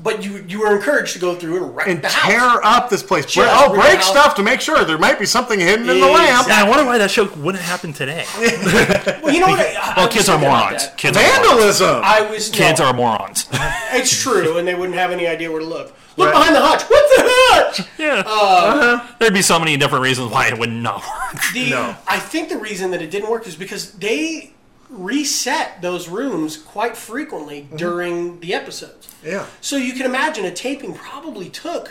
Speaker 2: but you you were encouraged to go through and wreck
Speaker 1: And
Speaker 2: the house.
Speaker 1: tear up this place.
Speaker 2: Just
Speaker 1: I'll
Speaker 2: rip
Speaker 1: break
Speaker 2: out-
Speaker 1: stuff to make sure there might be something hidden in the lamp.
Speaker 3: Yeah, I wonder why that show wouldn't
Speaker 2: (laughs)
Speaker 3: happen today.
Speaker 2: Well, you know what? I, I
Speaker 3: (laughs) Well,
Speaker 2: was
Speaker 3: kids are
Speaker 2: thinking about
Speaker 3: morons.
Speaker 2: that.
Speaker 3: Kids are morons.
Speaker 1: Vandalism.
Speaker 2: I was no,
Speaker 3: Kids are morons. (laughs)
Speaker 2: It's true, and they wouldn't have any idea where to look. Look
Speaker 1: Right.
Speaker 2: behind the hutch. What's the hutch?
Speaker 3: yeah. Uh-huh. There'd be so many different reasons why it would not (laughs) work.
Speaker 2: The, I think the reason that it didn't work is because they reset those rooms quite frequently during the episodes.
Speaker 1: Yeah.
Speaker 2: So you can imagine a taping probably took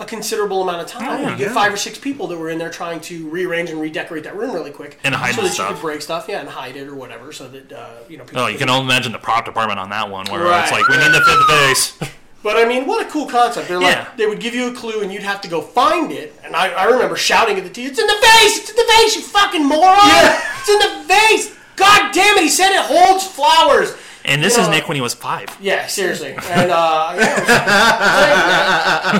Speaker 2: a considerable amount of time.
Speaker 3: yeah.
Speaker 2: you get five or six people that were in there trying to rearrange and redecorate that room really quick,
Speaker 3: And hide
Speaker 2: so
Speaker 3: the
Speaker 2: that you
Speaker 3: stuff.
Speaker 2: could break stuff, yeah, and hide it or whatever, so that uh, you know. People
Speaker 3: Oh, you can only imagine the prop department on that one, where it's
Speaker 2: Right.
Speaker 3: like we need to fit the face.
Speaker 2: But I mean, what a cool concept! They're
Speaker 3: Yeah.
Speaker 2: like they would give you a clue, and you'd have to go find it. And I, I remember shouting at the TV, "It's in the face! It's in the face! You fucking moron! It's in the face! God damn it! He said it holds flowers."
Speaker 3: And this
Speaker 2: You
Speaker 3: is
Speaker 2: know-
Speaker 3: Nick when he was five.
Speaker 2: Yeah, seriously. And uh, yeah, it was like, "Damn,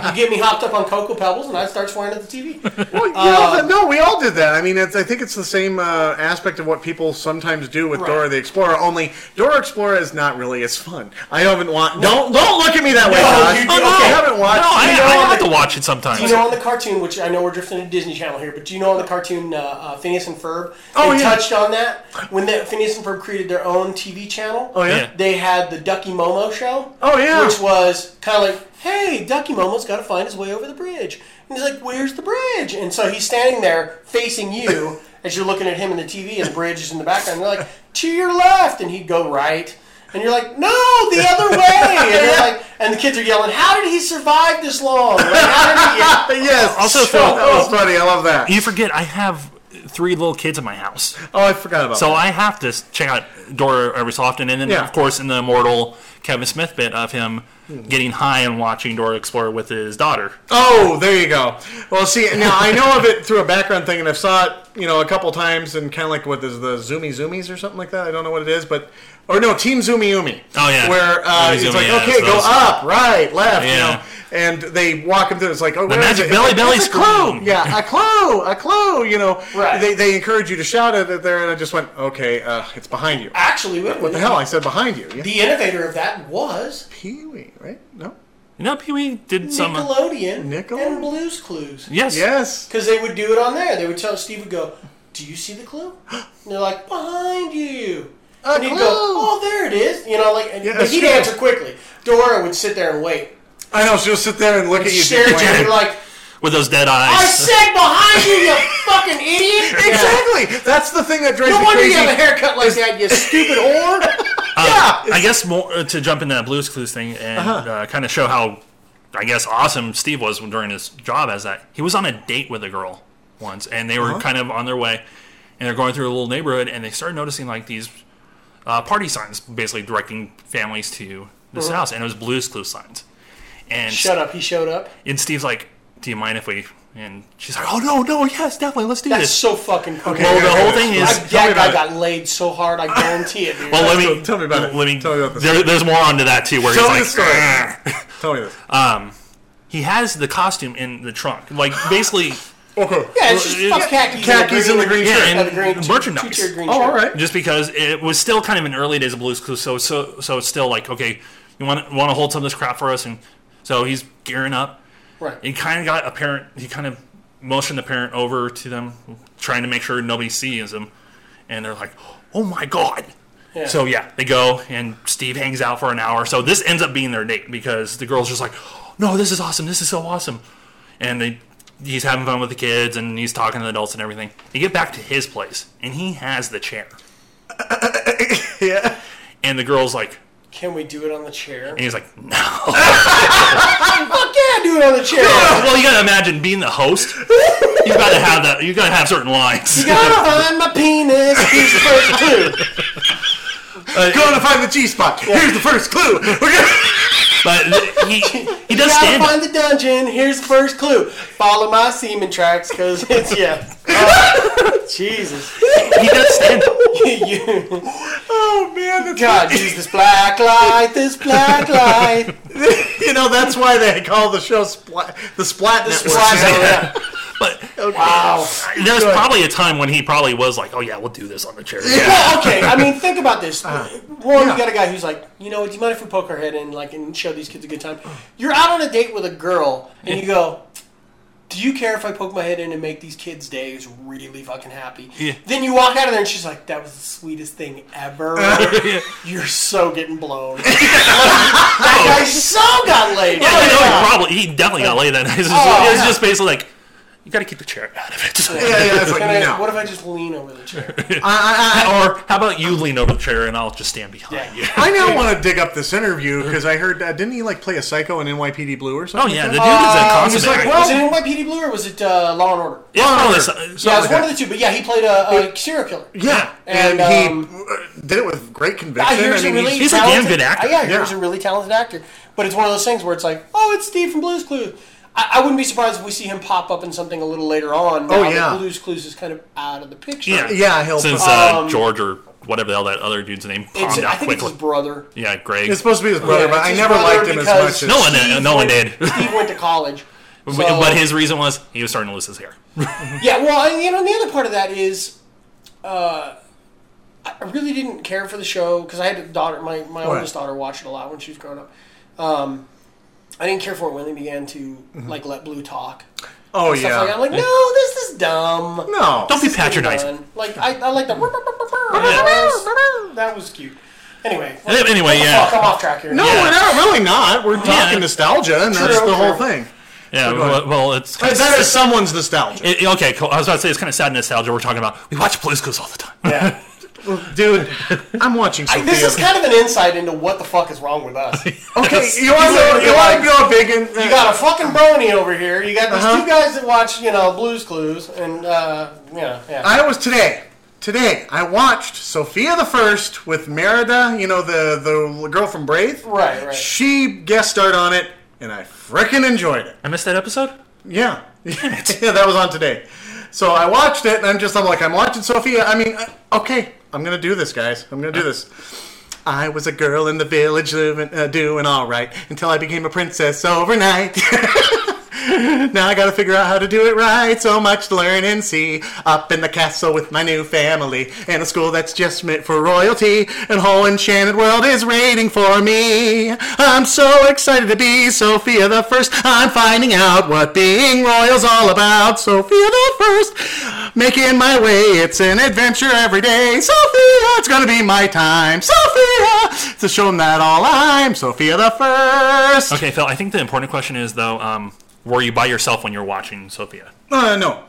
Speaker 2: man." you get me hopped up on cocoa pebbles, and I start swearing at the TV.
Speaker 1: Well, you know, th- no, we all did that. I mean, it's, I think it's the same uh, aspect of what people sometimes do with
Speaker 2: Right.
Speaker 1: Dora the Explorer. Only Dora Explorer is not really as fun. I haven't watched. Don't don't look at me that way,
Speaker 2: No,
Speaker 1: Josh.
Speaker 2: Oh, you do-
Speaker 1: I
Speaker 2: okay.
Speaker 1: haven't watched.
Speaker 3: No, I,
Speaker 1: You know,
Speaker 3: I have to watch it sometimes.
Speaker 2: Do you know on the cartoon, which I know we're drifting to Disney Channel here, but do you know on the cartoon uh, uh, Phineas and Ferb? They
Speaker 1: Oh, yeah.
Speaker 2: touched on that when the, Phineas and Ferb created their own TV channel.
Speaker 1: oh yeah.
Speaker 3: Yeah.
Speaker 2: they had the Ducky Momo show.
Speaker 1: Oh, yeah.
Speaker 2: which was kind of like, hey, Ducky Momo's got to find his way over the bridge, and he's like, where's the bridge? And so he's standing there
Speaker 1: (laughs)
Speaker 2: facing you as you're looking at him in the TV, and the bridge is in the background. And they're like, to your left, and he'd go right. And you're like, no, the
Speaker 1: (laughs)
Speaker 2: other way. And, they're like, and the kids are yelling, how did he survive this long? Like, how did
Speaker 1: (laughs)
Speaker 2: he,
Speaker 1: But Yes.
Speaker 3: Also,
Speaker 1: so,
Speaker 3: Phil-
Speaker 1: that was funny. I love that.
Speaker 3: You forget I have three little kids in my house,
Speaker 1: Oh, I forgot about.
Speaker 3: so
Speaker 1: that.
Speaker 3: I have to check out Dora every so often. And then,
Speaker 1: Yeah.
Speaker 3: of course, in the immortal Kevin Smith bit of him getting high and watching Dora Explorer with his daughter.
Speaker 1: Oh, there you go. Well, see, now I know of it through a background thing, and I've saw it, you know, a couple times, and kind of like what is the Zoomy Zoomies or something like that. I don't know what it is, but or no, Team Zoomy Umi.
Speaker 3: Oh, yeah.
Speaker 1: where uh,
Speaker 3: Zoomy
Speaker 1: it's
Speaker 3: Zoomy,
Speaker 1: like,
Speaker 3: yeah,
Speaker 1: okay,
Speaker 3: it's
Speaker 1: go
Speaker 3: those.
Speaker 1: up, right, left,
Speaker 3: Yeah.
Speaker 1: you know, and they walk him through. It's like, oh, the
Speaker 3: magic
Speaker 1: it?
Speaker 3: Belly
Speaker 1: It's like,
Speaker 3: Belly
Speaker 1: it's a
Speaker 3: scream.
Speaker 1: clue, yeah, a clue, a clue. You know,
Speaker 2: Right.
Speaker 1: They, they encourage you to shout at it there, and I just went, okay, uh, it's behind you.
Speaker 2: actually, wait a
Speaker 1: What the
Speaker 2: minute.
Speaker 1: hell? I said behind you. Yeah.
Speaker 2: The innovator of that was
Speaker 1: Pee Wee, right? No.
Speaker 3: You know, Pee Wee did some.
Speaker 2: Nickelodeon
Speaker 1: Nickel-
Speaker 2: and Blues Clues.
Speaker 3: Yes.
Speaker 1: Yes.
Speaker 2: Because they would do it on there. They would tell Steve would go, "Do you see the clue?"
Speaker 1: (gasps)
Speaker 2: And they're like, "Behind you."
Speaker 1: A
Speaker 2: and he'd
Speaker 1: clue.
Speaker 2: go, "Oh, there it is." You know, like and,
Speaker 1: Yeah,
Speaker 2: but
Speaker 1: that's
Speaker 2: he'd
Speaker 1: true.
Speaker 2: answer quickly. Dora would sit there and wait,
Speaker 1: I know. She'll sit there and look at you.
Speaker 2: stare at you,
Speaker 1: bland.
Speaker 2: and be like,
Speaker 3: With those dead
Speaker 2: "I
Speaker 3: eyes.
Speaker 2: said behind you, you fucking
Speaker 1: (laughs)
Speaker 2: idiot!"
Speaker 1: Exactly. That's the thing that drives
Speaker 2: No
Speaker 1: me
Speaker 2: wonder
Speaker 1: crazy.
Speaker 2: you have a haircut like that,
Speaker 1: (laughs)
Speaker 2: you stupid whore.
Speaker 1: yeah. Uh-huh.
Speaker 3: I guess more uh, to jump into that Blues Clues thing and uh kind of show how, I guess, awesome Steve was during his job as that. He was on a date with a girl once, and they were
Speaker 1: Uh-huh.
Speaker 3: kind of on their way, and they're going through a little neighborhood, and they started noticing like these uh, party signs, basically directing families to this
Speaker 1: Uh-huh.
Speaker 3: house, and it was Blues Clues signs. And
Speaker 2: Shut up. He showed up.
Speaker 3: and Steve's like, "Do you mind if we?" And she's like, "Oh no, no, yes, definitely, let's do
Speaker 2: That's
Speaker 3: this."
Speaker 2: so fucking cool.
Speaker 3: well, the whole thing
Speaker 2: I,
Speaker 3: is,
Speaker 2: that
Speaker 1: Tell me
Speaker 2: guy
Speaker 1: about
Speaker 2: got laid so hard, I guarantee it. Dude.
Speaker 3: well, let me
Speaker 1: Tell- tell me about it.
Speaker 3: Let me
Speaker 1: Tell me about this.
Speaker 3: There, there's more onto that too, where
Speaker 1: Tell me the
Speaker 3: he's like, "Ah."
Speaker 1: story. Uh, Tell me this.
Speaker 3: he has the costume in the trunk, like basically,
Speaker 1: okay.
Speaker 2: yeah, it's just fuck khakis,
Speaker 1: Khakis and the green
Speaker 3: Yeah,
Speaker 1: shirt.
Speaker 3: and
Speaker 2: and the green two-
Speaker 3: merchandise.
Speaker 2: two-tiered green
Speaker 1: oh,
Speaker 2: shirt.
Speaker 1: all right.
Speaker 3: just because it was still kind of in early days of Blue's Clues, so so so it's still like, okay, you want want to hold some of this crap for us, and so he's gearing up.
Speaker 2: Right.
Speaker 3: He kind of got a parent. He kind of motioned the parent over to them, trying to make sure nobody sees him, and they're like, "Oh my god!" So yeah, they go, and Steve hangs out for an hour. So this ends up being their date because the girl's just like, "No, this is awesome. This is so awesome," and they. He's having fun with the kids and he's talking to the adults and everything. They get back to his place and he has the chair.
Speaker 1: Yeah.
Speaker 3: And the girl's like,
Speaker 2: Can we do it on the chair?
Speaker 3: and he's like, no.
Speaker 2: Fuck yeah, I do it on the chair.
Speaker 3: (laughs) well, you gotta imagine being the host. You gotta have that. You gotta have certain lines.
Speaker 2: You gotta find my penis. Here's the first
Speaker 1: (laughs)
Speaker 2: clue.
Speaker 1: Going to find the G spot. Here's the first clue. (laughs) We're gonna-
Speaker 3: But he he
Speaker 2: Gotta
Speaker 3: does stand.
Speaker 2: find the dungeon. Here's the first clue. Follow my semen tracks, cause
Speaker 1: (laughs)
Speaker 2: it's yeah. Oh, Jesus. (laughs)
Speaker 3: He does stand.
Speaker 2: You-
Speaker 1: oh man, that's
Speaker 2: God, use this black light. This black light.
Speaker 1: you know that's why they call the show Splat, (laughs) the Splat Network. (laughs)
Speaker 2: Black light.
Speaker 3: But
Speaker 2: Wow.
Speaker 3: there's probably a time when he probably was like, "Oh yeah, we'll do this on the chair."
Speaker 2: Well, okay. I mean, think about this. One, you got a guy who's like, you know, do you mind if we poke our head in, like, and show these kids a good time? You're out on a date with a girl, and you go, "Do you care if I poke my head in and make these kids' days really fucking happy?"
Speaker 3: Yeah.
Speaker 2: Then you walk out of there, and she's like, "That was the sweetest thing ever." You're so getting blown. that guy so got laid.
Speaker 3: Yeah,
Speaker 2: Oh,
Speaker 3: (laughs) you know,
Speaker 2: yeah.
Speaker 3: he probably he definitely got laid that night. (laughs) It's just,
Speaker 2: Oh,
Speaker 3: it's
Speaker 2: yeah.
Speaker 3: just basically like, you gotta keep the chair out of it. (laughs)
Speaker 1: Yeah, yeah, it's like,
Speaker 2: Can I-
Speaker 1: no.
Speaker 2: What if I just lean over the chair?
Speaker 1: I, I, I,
Speaker 3: Or how about you lean over the chair and I'll just stand behind you? (laughs)
Speaker 1: I now want to dig up this interview because I heard uh, didn't he like play a psycho in NYPD Blue or
Speaker 3: Oh
Speaker 1: something?
Speaker 3: yeah, the
Speaker 1: like
Speaker 3: dude is
Speaker 1: that?
Speaker 3: a
Speaker 2: Uh,
Speaker 1: he was
Speaker 3: consummate.
Speaker 1: like,
Speaker 3: actor.
Speaker 1: well,
Speaker 2: Was it NYPD Blue or was it uh, Law and Order?
Speaker 3: It's probably
Speaker 1: Hunter.
Speaker 3: so-
Speaker 2: Yeah, it was
Speaker 1: Something
Speaker 2: one
Speaker 1: like
Speaker 2: of the two, but yeah, he played a, a serial killer.
Speaker 1: yeah, and,
Speaker 2: And,
Speaker 1: he uh, did it with great conviction.
Speaker 2: I hear he's
Speaker 1: I
Speaker 2: a
Speaker 1: mean,
Speaker 2: really
Speaker 1: he's-
Speaker 3: he's a damn
Speaker 2: talented,
Speaker 3: good actor.
Speaker 2: I- Yeah, I hear
Speaker 1: Yeah.
Speaker 2: he's a really talented actor. But it's one of those things where it's like, oh, it's Steve from Blue's Clues. I, I wouldn't be surprised if we see him pop up in something a little later on. now
Speaker 1: Oh,
Speaker 2: that
Speaker 1: yeah.
Speaker 2: Blue's Clues is kind of out of the picture.
Speaker 3: yeah,
Speaker 1: yeah, he'll.
Speaker 3: Since uh, George or whatever the hell that other dude's name
Speaker 2: Um, It's,
Speaker 3: popped
Speaker 2: I
Speaker 3: out
Speaker 2: think it's
Speaker 3: quickly.
Speaker 2: his brother.
Speaker 3: Yeah, Greg.
Speaker 1: it's supposed to be his brother,
Speaker 2: Yeah,
Speaker 1: but
Speaker 2: it's
Speaker 1: I
Speaker 2: his
Speaker 1: never
Speaker 2: brother
Speaker 1: liked him as
Speaker 2: because-
Speaker 1: much as
Speaker 3: No one, uh, no one did.
Speaker 2: Steve went to college. So,
Speaker 3: (laughs) But his reason was he was starting to lose his hair.
Speaker 2: Yeah, well, and, you know, and the other part of that is, uh, I really didn't care for the show because I had a daughter, my, my
Speaker 1: Right.
Speaker 2: oldest daughter watched it a lot when she was growing up. Um, I didn't care for it when they began to
Speaker 3: Mm-hmm.
Speaker 2: like let Blue talk.
Speaker 1: Oh
Speaker 2: Stuff like that.
Speaker 1: yeah,
Speaker 2: I'm like, no, this is dumb.
Speaker 1: no.
Speaker 3: Don't be
Speaker 2: This is
Speaker 3: patronizing.
Speaker 2: done." Like I, I like the that was- that was cute. Anyway,
Speaker 3: Uh, anyway,
Speaker 1: (laughs)
Speaker 3: yeah.
Speaker 2: fuck, I'm off track here.
Speaker 1: No,
Speaker 3: Yeah.
Speaker 1: we're not really not. We're talking
Speaker 3: Yeah.
Speaker 1: nostalgia, and that's the whole
Speaker 2: true.
Speaker 1: thing.
Speaker 3: Yeah, well, well, it's kind of,
Speaker 1: That is someone's nostalgia,
Speaker 3: (laughs) it, okay. Cool. I was about to say it's kind of sad nostalgia. We're talking about we watch Blue's Clues all the time.
Speaker 2: Yeah.
Speaker 1: dude. I'm watching Sophia.
Speaker 2: This is kind of an insight into what the fuck is wrong with
Speaker 1: (laughs)
Speaker 2: us. You
Speaker 3: (laughs)
Speaker 1: okay, you want to you want to go big and you
Speaker 2: got a fucking brony over here. You got these
Speaker 1: Uh-huh.
Speaker 2: two guys that watch, you know, Blues Clues, and uh, yeah, yeah.
Speaker 1: I was today. Today, I watched Sophia the First with Merida, you know, the, the girl from Brave.
Speaker 2: Right, right.
Speaker 1: She guest starred on it, and I frickin' enjoyed it.
Speaker 3: I missed that episode.
Speaker 1: Yeah. (laughs) yeah, that was on today. So I watched it, and I'm just, I'm like, I'm watching Sophia. I mean, uh, okay, I'm going to do this, guys. I'm going to do this. I was a girl in the village living, uh, doing all right until I became a princess overnight. (laughs) now I gotta figure out how to do it right. So much to learn and see. Up in the castle with my new family and a school that's just meant for royalty. And whole enchanted world is waiting for me. I'm so excited to be Sophia the First. I'm finding out what being royal's all about. Sophia the First, making my way. It's an adventure every day. Sophia, it's gonna be my time. Sophia, to show them that all I'm Sophia the First.
Speaker 3: Okay, Phil. I think the important question is though, um, were you by yourself when you were watching Sophia?
Speaker 1: Uh, no.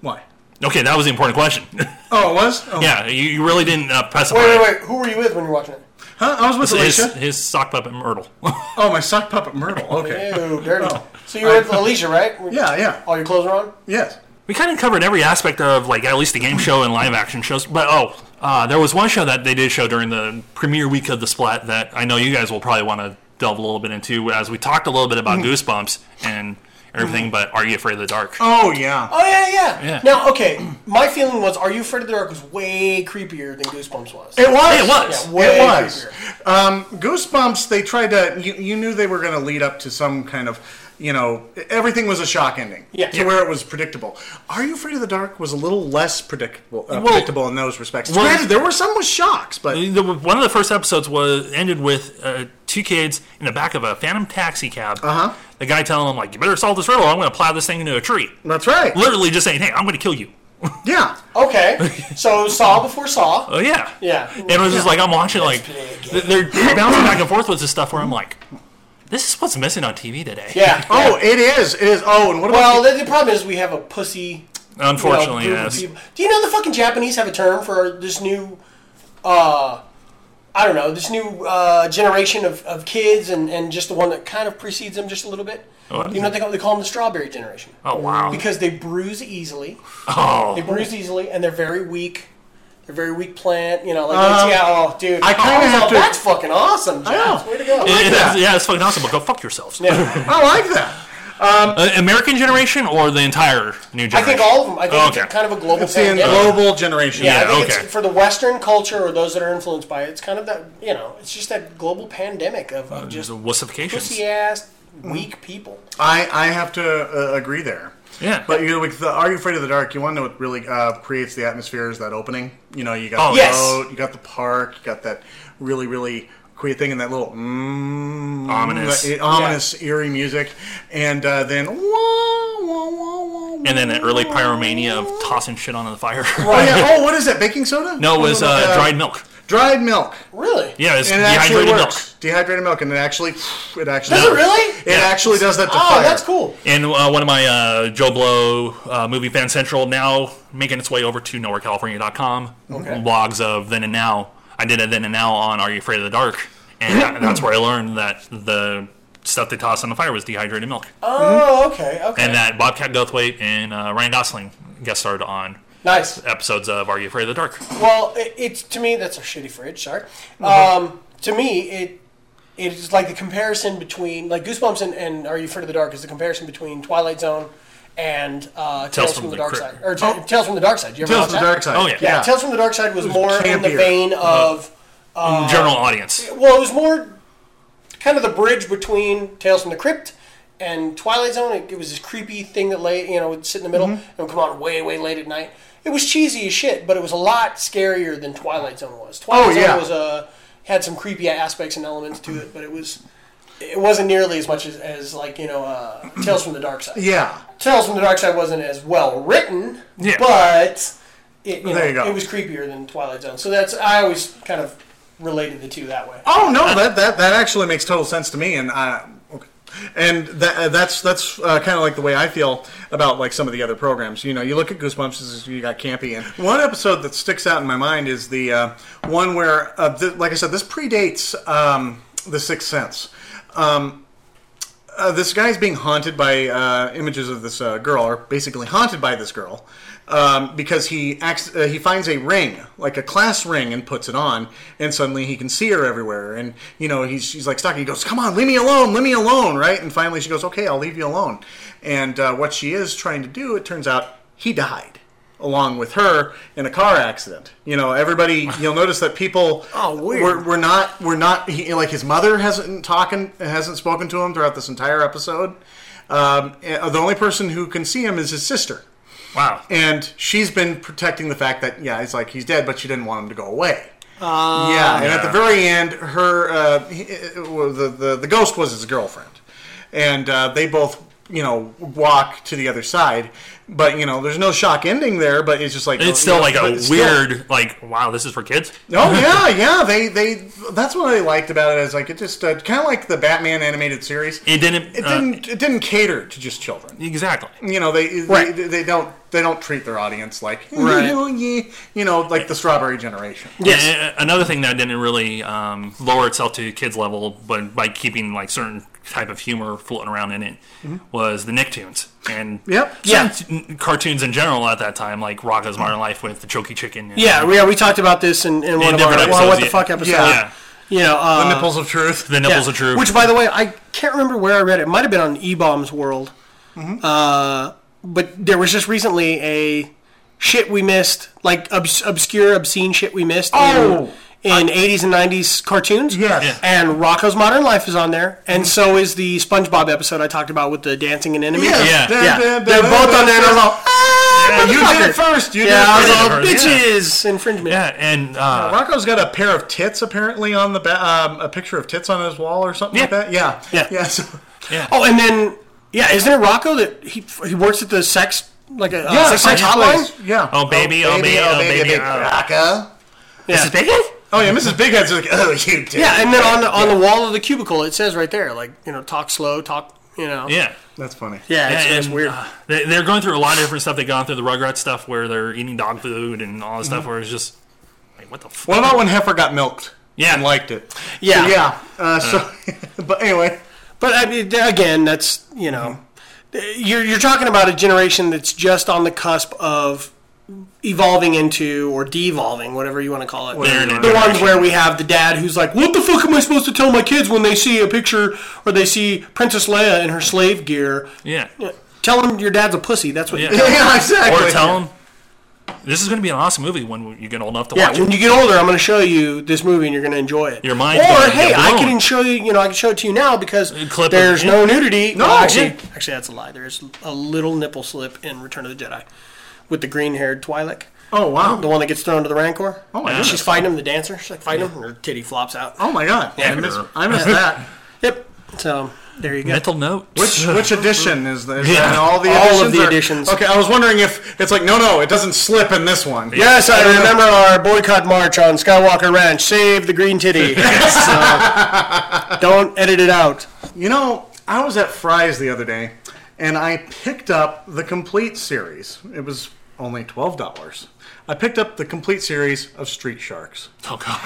Speaker 1: Why?
Speaker 3: Okay, that was the important question. (laughs)
Speaker 1: Oh, it was. Oh.
Speaker 3: yeah, you, you really didn't uh, specify.
Speaker 2: Wait, wait, wait. Who were you with when you were watching it?
Speaker 1: Huh? Uh, I was with
Speaker 3: His,
Speaker 1: Alicia.
Speaker 3: his sock puppet Myrtle. (laughs)
Speaker 1: Oh, my sock puppet Myrtle. Okay. Oh.
Speaker 2: Ew, dirty. So you were with Alicia, right?
Speaker 1: (laughs) Yeah, yeah.
Speaker 2: All your clothes are on.
Speaker 1: Yes.
Speaker 3: we kind of covered every aspect of like at least the game show and live action shows. But oh, uh, there was one show that they did show during the premiere week of the Splat that I know you guys will probably want to delve a little bit into as we talked a little bit about Goosebumps and everything. But Are You Afraid of the Dark?
Speaker 1: Oh, yeah.
Speaker 2: Oh yeah, yeah.
Speaker 3: Yeah.
Speaker 2: Now, okay. My feeling was, Are You Afraid of the Dark was way creepier than Goosebumps was.
Speaker 1: It was.
Speaker 3: It was.
Speaker 2: Yeah,
Speaker 1: It
Speaker 2: way
Speaker 1: was.
Speaker 2: creepier.
Speaker 1: Um, Goosebumps, they tried to, you, you knew they were going to lead up to some kind of, you know, everything was a shock ending.
Speaker 2: Yeah.
Speaker 1: To
Speaker 2: Yeah.
Speaker 1: where it was predictable. Are You Afraid of the Dark was a little less predictable, uh,
Speaker 3: Well-
Speaker 1: predictable in those respects.
Speaker 3: Well-
Speaker 1: Granted, there were some with shocks, but
Speaker 3: The- one of the first episodes was ended with uh, two kids in the back of a phantom taxi cab. Uh huh. The guy telling them like, "You better solve this riddle. I'm going to plow this thing into a tree."
Speaker 1: that's right.
Speaker 3: Literally just saying, "Hey, I'm going to kill you."
Speaker 1: Yeah.
Speaker 2: oh, Okay.
Speaker 1: (laughs)
Speaker 2: So Saw before Saw.
Speaker 3: Oh yeah.
Speaker 2: Yeah.
Speaker 3: And it was just like I'm watching like
Speaker 2: play a
Speaker 3: th- they're bouncing back and forth with this stuff where I'm like, this is what's missing on TV today.
Speaker 1: (laughs)
Speaker 2: Yeah.
Speaker 1: Oh, it is. It is. Oh, and what
Speaker 2: Well,
Speaker 1: about.
Speaker 2: the, the problem is we have a pussy. you know,
Speaker 3: Unfortunately,
Speaker 2: group of
Speaker 3: yes.
Speaker 2: people. Do you know the fucking Japanese have a term for this new uh, I don't know, this new uh, generation of, of kids and, and just the one that kind of precedes them just a little bit.
Speaker 3: What is
Speaker 2: you know,
Speaker 3: it?
Speaker 2: what they call, they call them the strawberry generation.
Speaker 3: Oh wow.
Speaker 2: Because they bruise easily. They
Speaker 3: oh.
Speaker 2: bruise easily and they're very weak. They're very weak plant, you know, like that's-
Speaker 1: Um,
Speaker 2: yeah, oh dude.
Speaker 1: I kinda
Speaker 2: Oh,
Speaker 1: have to-
Speaker 2: that's fucking awesome, Jack.
Speaker 1: know.
Speaker 2: Way to go.
Speaker 3: (laughs) Yeah, that's, yeah, that's fucking awesome. But go fuck yourselves.
Speaker 2: Yeah.
Speaker 1: I like that.
Speaker 3: Uh, American generation or the entire new generation?
Speaker 2: I think all of them. I think
Speaker 3: Okay.
Speaker 2: it's kind of a global
Speaker 1: It's in
Speaker 2: pandemic.
Speaker 1: global generation.
Speaker 2: Yeah, I think
Speaker 3: okay.
Speaker 2: it's for the Western culture or those that are influenced by it. It's kind of that you know, it's just that global pandemic of, of
Speaker 3: just
Speaker 2: just
Speaker 1: Uh,
Speaker 3: wussifications.
Speaker 2: pussy ass weak people.
Speaker 1: I, I have to uh, agree there.
Speaker 3: Yeah.
Speaker 1: But you know, with the Are You Afraid of the Dark? You want to know what really uh, creates the atmosphere is that opening. You know, you got
Speaker 3: Oh,
Speaker 1: the
Speaker 2: yes.
Speaker 1: boat, you got the park, you got that really, really great thing, and that little mm,
Speaker 3: Ominous.
Speaker 1: that, uh, ominous, eerie music, and uh, then wah, wah, wah, wah,
Speaker 3: and then
Speaker 1: wah,
Speaker 3: that early
Speaker 1: wah,
Speaker 3: pyromania
Speaker 1: wah.
Speaker 3: of tossing shit onto the fire.
Speaker 1: Oh, yeah. oh, what is that? Baking soda?
Speaker 3: (laughs) no, it was
Speaker 1: Oh,
Speaker 3: uh, dried milk.
Speaker 1: Dried milk.
Speaker 2: Really?
Speaker 3: Yeah, it's
Speaker 1: And it actually
Speaker 3: dehydrated milk.
Speaker 1: works. Dehydrated milk, and it actually, it actually
Speaker 2: Does it really?
Speaker 1: It actually does that to
Speaker 2: Oh,
Speaker 1: fire.
Speaker 2: that's cool.
Speaker 3: And uh, one of my uh, Joe Blow uh, movie fan central now making its way over to nowherecalifornia.com logs of then and now. I did a then and now on Are You Afraid of the Dark, and that- that's where I learned that the stuff they tossed on the fire was dehydrated milk,
Speaker 1: Hmm?
Speaker 2: Oh, okay, okay.
Speaker 3: and that Bobcat Goldthwait and uh, Ryan Gosling guest starred on
Speaker 2: nice.
Speaker 3: episodes of Are You Afraid of the Dark.
Speaker 2: Well, it, it's to me that's a shitty fridge. Sorry.
Speaker 1: Mm-hmm.
Speaker 2: Um, to me, it it is like the comparison between like Goosebumps and, and Are You Afraid of the Dark is the comparison between Twilight Zone and uh, Tales, from, the, Dark
Speaker 3: Crypt.
Speaker 2: Side or Ta- Tales from the Dark Side. You ever
Speaker 1: Oh. Tales
Speaker 2: watch
Speaker 1: of the
Speaker 2: that?
Speaker 1: dark side.
Speaker 3: Oh, yeah.
Speaker 2: Yeah, Tales from the Dark Side was, more in the
Speaker 1: campier. Uh-huh.
Speaker 2: vein of
Speaker 1: Uh,
Speaker 3: General audience.
Speaker 2: well, it was more kind of the bridge between Tales from the Crypt and Twilight Zone. It, it was this creepy thing that lay, you know, would sit in the middle
Speaker 1: Mm-hmm.
Speaker 2: and would come on way, way late at night. It was cheesy as shit, but it was a lot scarier than Twilight Zone was. Twilight
Speaker 1: Oh,
Speaker 2: Zone
Speaker 1: yeah.
Speaker 2: was uh, had some creepy aspects and elements to it, but it was it wasn't nearly as much as, as like you know uh, Tales from the Dark Side.
Speaker 1: Yeah.
Speaker 2: Tales from the Dark Side wasn't as well written,
Speaker 3: Yeah.
Speaker 2: but it, you
Speaker 1: There you
Speaker 2: know,
Speaker 1: go.
Speaker 2: it was creepier than Twilight Zone. So that's I always kind of related the two that way.
Speaker 1: Oh no, that, that that actually makes total sense to me, and I, okay. and that uh, that's that's uh, kind of like the way I feel about like some of the other programs. You know, you look at Goosebumps, as you got campy, and one episode that sticks out in my mind is the uh, one where, uh, th- like I said, this predates um, the Sixth Sense. uh, this guy's being haunted by uh, images of this uh, girl, or basically haunted by this girl, um, because he acts, uh, he finds a ring, like a class ring, and puts it on, and suddenly he can see her everywhere, and you know he's she's like stalking. He goes, "Come on, leave me alone, leave me alone," right? And finally she goes, "Okay, I'll leave you alone." And uh, what she is trying to do, it turns out, he died along with her in a car accident. You know,
Speaker 2: (laughs)
Speaker 1: everybody. You'll notice that people
Speaker 2: Oh, weird.
Speaker 1: were, were not were not he, like his mother hasn't talking hasn't spoken to him throughout this entire episode. Um, and the only person who can see him is his sister,
Speaker 3: Wow.
Speaker 1: and she's been protecting the fact that yeah, it's like he's dead, but she didn't want him to go away. yeah, and at the very end, her uh, he, uh, the, the the ghost was his girlfriend, and uh, they both you know walk to the other side. But you know, there's no shock ending there. But it's just like
Speaker 3: It's still
Speaker 1: you know,
Speaker 3: like
Speaker 1: but
Speaker 3: a
Speaker 1: it's still-
Speaker 3: weird, like, wow, this is for kids?
Speaker 1: Oh yeah, yeah. They they that's what I liked about it is like it just uh, kind of like the Batman animated series.
Speaker 3: It didn't.
Speaker 1: It
Speaker 3: uh,
Speaker 1: didn't it didn't cater to just children.
Speaker 3: exactly.
Speaker 1: You know they
Speaker 2: Right.
Speaker 1: they, they don't they don't treat their audience like "Mm,
Speaker 2: Right.
Speaker 1: you know like the Strawberry Generation.
Speaker 3: Yeah, a- a- uh, another thing that didn't really um, lower itself to kids level, but by keeping like certain type of humor floating around in it, was the Nicktoons and
Speaker 1: Yep.
Speaker 3: yeah, cartoons in general at that time, like Rocko's Modern Life with the Chokey Chicken. And,
Speaker 2: Yeah, we, yeah, we talked about this in, in one of our
Speaker 3: different
Speaker 2: well, what
Speaker 3: episodes,
Speaker 2: the
Speaker 3: yeah.
Speaker 2: fuck episode.
Speaker 1: Yeah.
Speaker 3: yeah,
Speaker 2: You know, uh,
Speaker 1: The nipples of truth.
Speaker 3: the nipples are true.
Speaker 2: Which, by the way, I can't remember where I read it. It might have been on E Bombs World.
Speaker 1: Mm-hmm.
Speaker 2: Uh, but there was just recently a shit we missed, like obs- obscure, obscene shit we missed
Speaker 1: Oh.
Speaker 2: in, in 80s and 90s cartoons.
Speaker 1: Yes. Mm-hmm. Yeah.
Speaker 2: And Rocco's Modern Life is on there. And so is the SpongeBob episode I talked about with the dancing and enemies.
Speaker 3: Yeah.
Speaker 1: They're,
Speaker 2: Yeah.
Speaker 1: they're-
Speaker 2: They're both on there and I was all,
Speaker 1: "Ah, you did
Speaker 2: motherfucker."
Speaker 1: it first. You
Speaker 2: Yeah, I
Speaker 1: did it
Speaker 2: was
Speaker 1: first.
Speaker 2: all,
Speaker 3: Yeah.
Speaker 2: bitches! Infringement.
Speaker 3: yeah, and uh,
Speaker 1: Rocco's got a pair of tits apparently on the ba- um, a picture of tits on his wall or something like
Speaker 3: Yeah.
Speaker 1: that. Yeah,
Speaker 2: Yeah.
Speaker 1: yeah. so-
Speaker 2: Oh, and then yeah, isn't it Rocco that he he works at the sex like a uh,
Speaker 1: Yeah,
Speaker 2: sex, sex
Speaker 1: Sex
Speaker 2: hotline?
Speaker 1: Place. Yeah.
Speaker 3: Oh, baby, oh, baby, oh, baby, oh.
Speaker 1: Rocco.
Speaker 3: Mrs. Bacon?
Speaker 1: Oh yeah, Mrs. Bighead's like, oh, you did.
Speaker 2: Yeah, and then on the on the wall of the cubicle it says right there like you know talk slow, talk you know
Speaker 3: Yeah.
Speaker 1: that's funny.
Speaker 2: yeah, it's,
Speaker 3: and,
Speaker 2: it's weird.
Speaker 3: uh, they, they're going through a lot of different stuff. They've gone through the Rugrats stuff where they're eating dog food and all this stuff where it's just like, what the fuck?
Speaker 1: What about when Heifer got milked?
Speaker 3: Yeah,
Speaker 1: and liked it.
Speaker 2: Yeah.
Speaker 1: So, yeah. Uh, so, (laughs) but anyway,
Speaker 2: But I mean, again, that's you know, you're you're talking about a generation that's just on the cusp of evolving into or devolving, whatever you want to call it.
Speaker 3: Internet
Speaker 2: the ones
Speaker 3: generation.
Speaker 2: where we have the dad who's like, "What the fuck am I supposed to tell my kids when they see a picture or they see Princess Leia in her slave gear?"
Speaker 3: yeah.
Speaker 2: Tell them your dad's a pussy. That's what.
Speaker 3: Yeah.
Speaker 2: You tell 'em.
Speaker 1: yeah, exactly.
Speaker 3: Or tell them this is going to be an awesome movie when you get old enough to
Speaker 2: Yeah,
Speaker 3: watch
Speaker 2: when
Speaker 3: it.
Speaker 2: you get older, I'm going to show you this movie, and you're going to enjoy it.
Speaker 3: Your mind's
Speaker 2: Or
Speaker 3: gonna
Speaker 2: hey,
Speaker 3: get
Speaker 2: I
Speaker 3: blown.
Speaker 2: can show you. You know, I can show it to you now because
Speaker 3: clip it,
Speaker 2: there's
Speaker 3: yeah.
Speaker 2: no nudity.
Speaker 1: No,
Speaker 2: actually,
Speaker 1: yeah.
Speaker 2: actually, that's a lie. There's a little nipple slip in Return of the Jedi with the green-haired Twi'lek,
Speaker 1: Oh wow.
Speaker 2: the one that gets thrown to the Rancor.
Speaker 1: Oh my
Speaker 2: She's
Speaker 1: goodness.
Speaker 2: fighting him, the dancer. She's like fighting him, and her titty flops out.
Speaker 1: Oh my god. I missed I
Speaker 2: (laughs)
Speaker 1: miss that.
Speaker 2: Yep. So there you go.
Speaker 3: Mental note.
Speaker 1: Which
Speaker 3: (laughs)
Speaker 1: which edition is the? Is
Speaker 3: Yeah.
Speaker 1: that all the
Speaker 2: All
Speaker 1: editions
Speaker 2: of the
Speaker 1: are-
Speaker 2: editions.
Speaker 1: Okay, I was wondering if it's like no, no, it doesn't slip in this one.
Speaker 2: Yes, I remember our boycott march on Skywalker Ranch. Save the green (laughs) titty. So, don't edit it out.
Speaker 1: You know, I was at Fry's the other day, and I picked up the complete series. It was only twelve dollars. I picked up the complete series of Street Sharks.
Speaker 3: Oh god.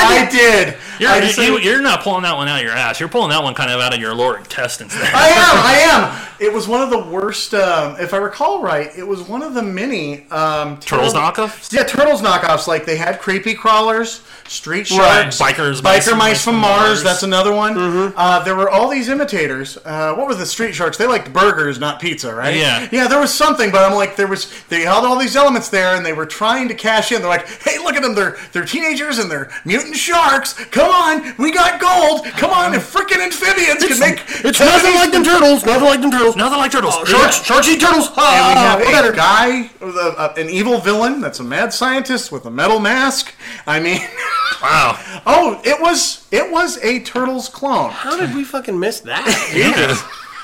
Speaker 1: I did.
Speaker 3: You're,
Speaker 1: I
Speaker 3: you-
Speaker 1: decided-
Speaker 3: you, are not pulling that one out of your ass. You're pulling that one kind of out of your lower intestines. There.
Speaker 1: I am. I am. It was one of the worst. Um, if I recall right, it was one of the many um,
Speaker 3: Turtles
Speaker 1: terrible-
Speaker 3: knockoffs.
Speaker 1: Yeah, turtles knockoffs. Like they had creepy crawlers, street
Speaker 3: Right.
Speaker 1: sharks,
Speaker 3: Bikers, mice,
Speaker 1: biker mice
Speaker 3: mice
Speaker 1: from
Speaker 3: from
Speaker 1: Mars.
Speaker 3: Mars. Mm-hmm.
Speaker 1: That's another one. Uh, there were all these imitators. Uh, what were the street sharks? They liked burgers, not pizza, right?
Speaker 3: Yeah.
Speaker 1: Yeah, there was something, but I'm like, there was. They had all these elements there, and they were trying to cash in. They're like, hey, look at them. They're they're teenagers and they're mutant sharks. Come on, we got gold. Come on, if freaking amphibians can make
Speaker 2: It's nothing like them turtles. Nothing like them turtles.
Speaker 3: (laughs) Nothing like turtles.
Speaker 2: Oh, Sharks, sharks eat turtles.
Speaker 1: And we
Speaker 2: Ah,
Speaker 1: have
Speaker 2: we're
Speaker 1: a
Speaker 2: better.
Speaker 1: guy, with a, a- an evil villain that's a mad scientist with a metal mask. I mean, (laughs)
Speaker 3: Wow.
Speaker 1: oh, it was it was a turtles clone.
Speaker 2: How did we fucking miss (laughs) that?
Speaker 3: Yeah.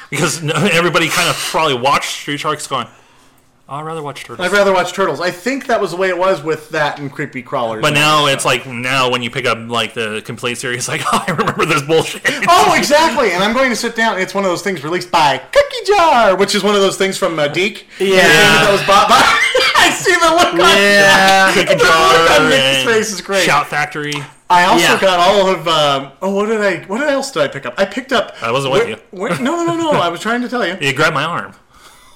Speaker 3: because (laughs) no- everybody kind of probably watched Street Sharks going. "Oh, I'd rather watch turtles.
Speaker 1: I'd rather watch turtles. I think that was the way it was with that and creepy crawlers.
Speaker 3: But now it's like now when you pick up like the complete series, (laughs) like oh, I remember this bullshit.
Speaker 1: Oh, exactly. And I'm going to sit down. It's one of those things released by Cookie Jar, which is one of those things from uh, Deke.
Speaker 2: Yeah.
Speaker 1: That was bought by. (laughs) I see the look on.
Speaker 2: yeah.
Speaker 1: The look on Nick's
Speaker 3: and
Speaker 1: face is great.
Speaker 3: Shout Factory.
Speaker 1: I also
Speaker 2: Yeah.
Speaker 1: got all of. Um, oh, what did I? What else did I pick up? I picked up.
Speaker 3: I wasn't with you.
Speaker 1: Where, no, no, no, no. I was trying to tell you.
Speaker 3: You grabbed my arm.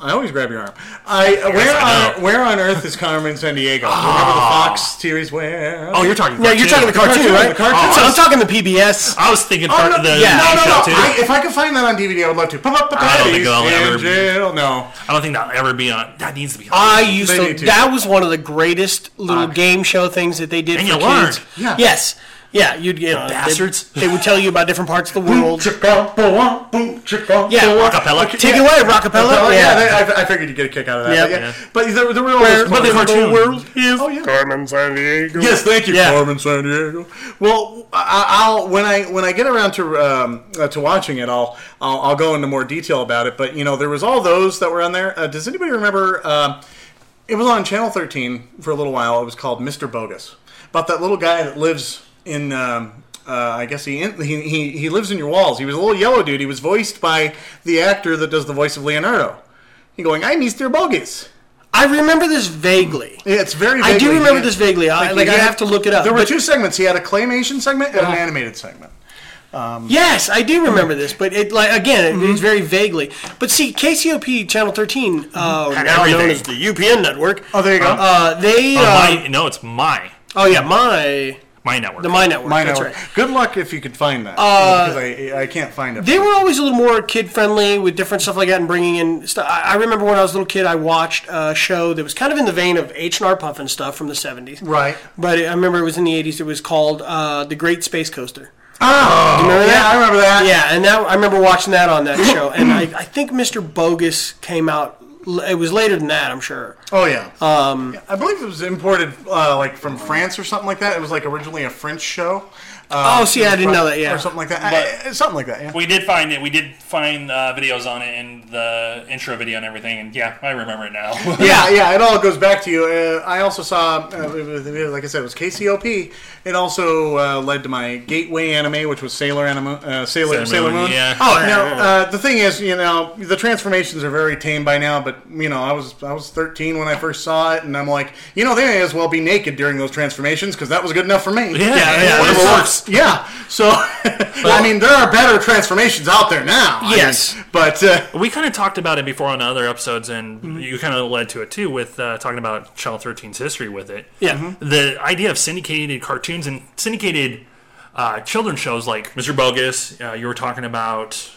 Speaker 1: I always grab your arm. I where
Speaker 3: I
Speaker 1: on where on earth is Carmen San Diego? Remember the Fox series where?
Speaker 3: Ah. Oh, you're talking.
Speaker 2: Yeah, you're talking the cartoon,
Speaker 1: Cartoon,
Speaker 2: right? Oh.
Speaker 1: the cartoon.
Speaker 2: So I'm talking the PBS.
Speaker 3: I was thinking
Speaker 1: Oh,
Speaker 3: part
Speaker 1: no,
Speaker 3: of the
Speaker 1: yeah. no,
Speaker 3: night
Speaker 1: no,
Speaker 3: show
Speaker 1: no.
Speaker 3: too.
Speaker 1: I, if I could find that on DVD, I would love to. I
Speaker 3: don't think I'll ever
Speaker 1: in
Speaker 3: be-
Speaker 1: jail. No,
Speaker 3: I don't think that'll ever be on. That needs to be on.
Speaker 2: I used
Speaker 1: They
Speaker 2: to.
Speaker 1: need to. Uh,
Speaker 2: That was one of the greatest little
Speaker 1: Fuck.
Speaker 2: game show things that they did
Speaker 3: And
Speaker 2: for
Speaker 3: you learned.
Speaker 2: kids.
Speaker 1: Yeah.
Speaker 2: Yes. Yeah. You'd you know, they-
Speaker 3: bastards.
Speaker 2: They, would tell you about different parts of
Speaker 1: (laughs)
Speaker 2: the world. Yeah.
Speaker 1: yeah.
Speaker 3: Acapella.
Speaker 2: Take it away, Rockapella.
Speaker 1: Oh, yeah,
Speaker 2: yeah.
Speaker 1: they- I, I figured you'd get a kick out of that.
Speaker 2: Yeah.
Speaker 1: But, yeah. but there, there were all those
Speaker 3: but they
Speaker 1: cartoons.
Speaker 3: cartoon.
Speaker 2: is
Speaker 1: Oh, yeah.
Speaker 2: Carmen San Diego.
Speaker 1: Yes, thank you,
Speaker 2: Yeah.
Speaker 1: Carmen San Diego. Well, I, I'll when I when I get around to um, uh, to watching it, I'll, I'll I'll go into more detail about it. But you know, there was all those that were on there. Uh, does anybody remember? um it was on Channel 13 for a little while. It was called Mr. Bogus, about that little guy that lives in. Um, uh, I guess he, in, he he he lives in your walls. He was a little yellow dude. He was voiced by the actor that does the voice of Leonardo. He going, I'm Mr. Bogus.
Speaker 2: I remember this vaguely.
Speaker 1: Yeah, it's very.
Speaker 2: I do
Speaker 1: vaguely-
Speaker 2: remember this vaguely. I- Uh, like,
Speaker 1: he
Speaker 2: I
Speaker 1: had-
Speaker 2: have to look it up,
Speaker 1: There were
Speaker 2: but- Uh-huh.
Speaker 1: two segments. He had a claymation segment and an animated segment.
Speaker 2: Yes, I do remember this, but it like again, it,
Speaker 1: Mm-hmm.
Speaker 2: it's very vaguely. But see, KCOP Channel 13, uh, now known
Speaker 3: everything.
Speaker 2: as the UPN network.
Speaker 1: Mm-hmm. Oh, there you go.
Speaker 2: Uh, they. Uh,
Speaker 3: Oh, my, no, it's my
Speaker 2: oh yeah, my
Speaker 3: my network.
Speaker 2: the my network.
Speaker 1: Mine
Speaker 2: that's
Speaker 1: network.
Speaker 2: right. Uh,
Speaker 1: Good luck if you could find that because I I can't find it.
Speaker 2: They were always a little more kid friendly with different stuff like that and bringing in stuff. I I remember when I was a little kid, I watched a show that was kind of in the vein of H and R Puff and stuff from the 70s.
Speaker 1: right.
Speaker 2: But I remember it was in the 80s. It was called uh, The Great Space Coaster.
Speaker 1: Oh,
Speaker 2: remember
Speaker 1: yeah,
Speaker 2: that?
Speaker 1: I remember that.
Speaker 2: Yeah, and that I remember watching
Speaker 1: (laughs)
Speaker 2: that on that show, and I, I think Mr. Bogus came out. l- It was later than that, I'm sure.
Speaker 1: Oh yeah. Um, I believe it was imported uh, like from France or something like that. It was like originally a French show.
Speaker 2: oh, see, I didn't know that. Yeah,
Speaker 1: or something like that. I- something like that. Yeah.
Speaker 5: We did find it. We did find uh, videos on it and the intro video and everything. And yeah, I remember it now. (laughs)
Speaker 1: yeah, yeah, it all goes back to you. Uh, I also saw, uh, it was- it was- like I said, it was KCOP. It also uh, led to my gateway anime, which was Sailor Anima, uh, Sailor, Sailor,
Speaker 3: Sailor
Speaker 1: Moon.
Speaker 3: Moon, yeah.
Speaker 1: Oh, now uh, the thing is, you know, the transformations are very tame by now. But you know, I was I was 13 when I first saw it, and I'm like, you know, they may as well be naked during those transformations because that was good enough for me.
Speaker 3: Yeah, yeah, yeah.
Speaker 1: Whatever
Speaker 3: It's-
Speaker 1: works. Yeah. So, (laughs) I mean, there are better transformations out there now. I mean,
Speaker 3: Yes.
Speaker 1: but uh,
Speaker 3: We kind of talked about it before on other episodes, and
Speaker 1: Mm-hmm.
Speaker 3: you kind of led to it too with uh, talking about Channel 13's history with it.
Speaker 2: Yeah.
Speaker 1: Mm-hmm.
Speaker 3: The idea of syndicated cartoons and syndicated uh, children's shows like Mr. Bogus, uh, you were talking about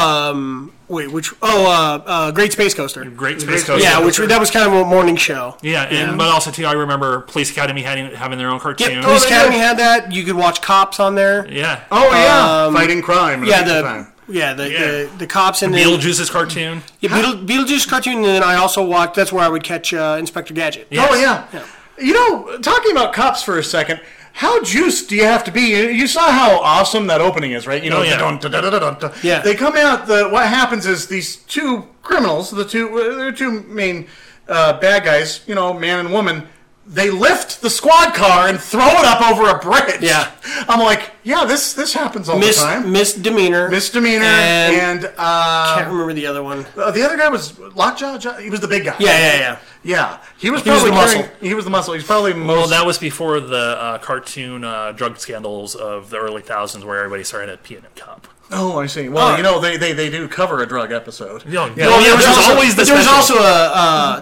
Speaker 2: Um, wait, which? Oh, uh, uh, Great Space Coaster.
Speaker 3: Great Space Coaster.
Speaker 2: yeah, which that was kind of a morning show.
Speaker 3: Yeah, and but also too, I remember Police Academy having having their own cartoon.
Speaker 2: Yep, Police Academy had that. You could watch Cops on there.
Speaker 3: oh, yeah.
Speaker 1: oh yeah, fighting crime.
Speaker 2: Yeah,
Speaker 1: at the time.
Speaker 2: the yeah the,
Speaker 3: Yeah.
Speaker 2: the the cops and then
Speaker 3: Beetlejuice's cartoon.
Speaker 2: yeah, Beetle, Beetlejuice cartoon, and then I also watched. That's where I would catch uh, Inspector Gadget.
Speaker 1: Oh yeah. You know, talking about cops for a second, how juiced do you have to be? You- You saw how awesome that opening is, right? You know,
Speaker 3: Oh, yeah.
Speaker 1: da-dun, da-da-da-da-da.
Speaker 2: Yeah.
Speaker 1: They come out. The what happens is these two criminals, the two, uh, their two main uh, bad guys, you know, man and woman. They lift the squad car and throw it up over a bridge.
Speaker 2: Yeah.
Speaker 1: (laughs) I'm like, yeah, this this happens all
Speaker 2: Mis-
Speaker 1: the time.
Speaker 2: misdemeanor.
Speaker 1: Misdemeanor
Speaker 2: And-
Speaker 1: and, uh,
Speaker 2: can't remember the other one.
Speaker 1: uh, the other guy was Lockjaw. Jo- He was the big guy.
Speaker 2: Yeah, yeah, yeah.
Speaker 1: yeah. He was
Speaker 2: He was
Speaker 1: probably
Speaker 2: the
Speaker 1: carrying-
Speaker 2: muscle.
Speaker 1: He was the muscle. He's probably most.
Speaker 3: Well, that was before the uh, cartoon uh, drug scandals of the early thousands, where everybody started at P and M Cup.
Speaker 1: Oh, I see. Well, you know, they, they, they do cover a drug episode.
Speaker 3: Yeah,
Speaker 1: yeah.
Speaker 3: Oh,
Speaker 2: there
Speaker 3: yeah,
Speaker 2: was
Speaker 3: there's
Speaker 2: also,
Speaker 3: always the
Speaker 2: but there was
Speaker 3: special.
Speaker 2: also a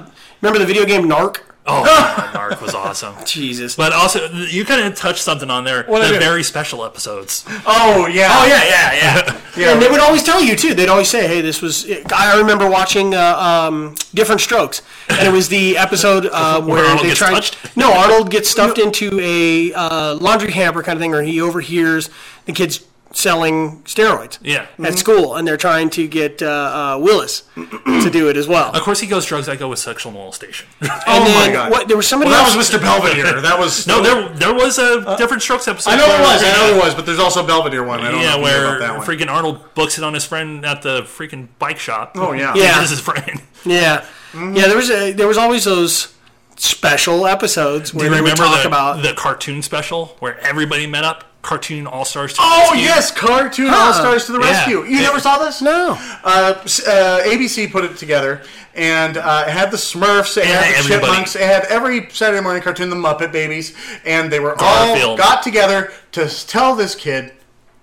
Speaker 2: uh, remember the video game Narc.
Speaker 3: Oh, God, Narc was (laughs) awesome.
Speaker 2: Jesus.
Speaker 3: But also, you kind of touched something on there.
Speaker 1: What
Speaker 3: the
Speaker 1: is it?
Speaker 3: very special episodes.
Speaker 1: Oh, yeah.
Speaker 3: Oh yeah, yeah, (laughs) yeah.
Speaker 2: And they would always tell you too. They'd always say, "Hey, this was." I remember watching uh, um, Different Strokes, and it was the episode uh, where,
Speaker 3: Arnold
Speaker 2: they
Speaker 3: gets
Speaker 2: tried.
Speaker 3: touched?
Speaker 2: No, Arnold gets stuffed into a uh, laundry hamper kind of thing, or he overhears the kids selling steroids.
Speaker 3: Yeah.
Speaker 2: At school, and they're trying to get uh, uh, Willis to do it as well.
Speaker 3: of course, he goes drugs. I go with sexual molestation. (laughs)
Speaker 2: And
Speaker 1: Oh, my
Speaker 2: then
Speaker 1: God.
Speaker 2: What, there was somebody
Speaker 1: Well, that
Speaker 2: else.
Speaker 1: was Mr. Belvedere. That was
Speaker 3: no, there there was a different strokes episode.
Speaker 1: Uh, I know there
Speaker 3: where-
Speaker 1: was. I know there was, but there's also a Belvedere one. I don't
Speaker 3: Yeah,
Speaker 1: know if you know
Speaker 3: where
Speaker 1: about that one.
Speaker 3: freaking Arnold books it on his friend at the freaking bike shop.
Speaker 1: Oh, yeah.
Speaker 2: Yeah.
Speaker 3: this is his friend.
Speaker 2: yeah, yeah. There was a, there was always those special episodes where
Speaker 3: Do you
Speaker 2: they would
Speaker 3: remember
Speaker 2: talk
Speaker 3: the,
Speaker 2: about
Speaker 3: the cartoon special where everybody met up? Cartoon All Stars.
Speaker 1: Oh, yes, Cartoon All Stars to the
Speaker 3: Yeah.
Speaker 1: Rescue. You
Speaker 3: Yeah.
Speaker 1: never saw this?
Speaker 2: no.
Speaker 1: Uh, s- uh, ABC put it together and uh, it had the Smurfs, it
Speaker 3: Yeah,
Speaker 1: had the
Speaker 3: everybody.
Speaker 1: Chipmunks, it had every Saturday morning cartoon, the Muppet Babies, and they were all
Speaker 3: Garfield.
Speaker 1: got together to s- tell this kid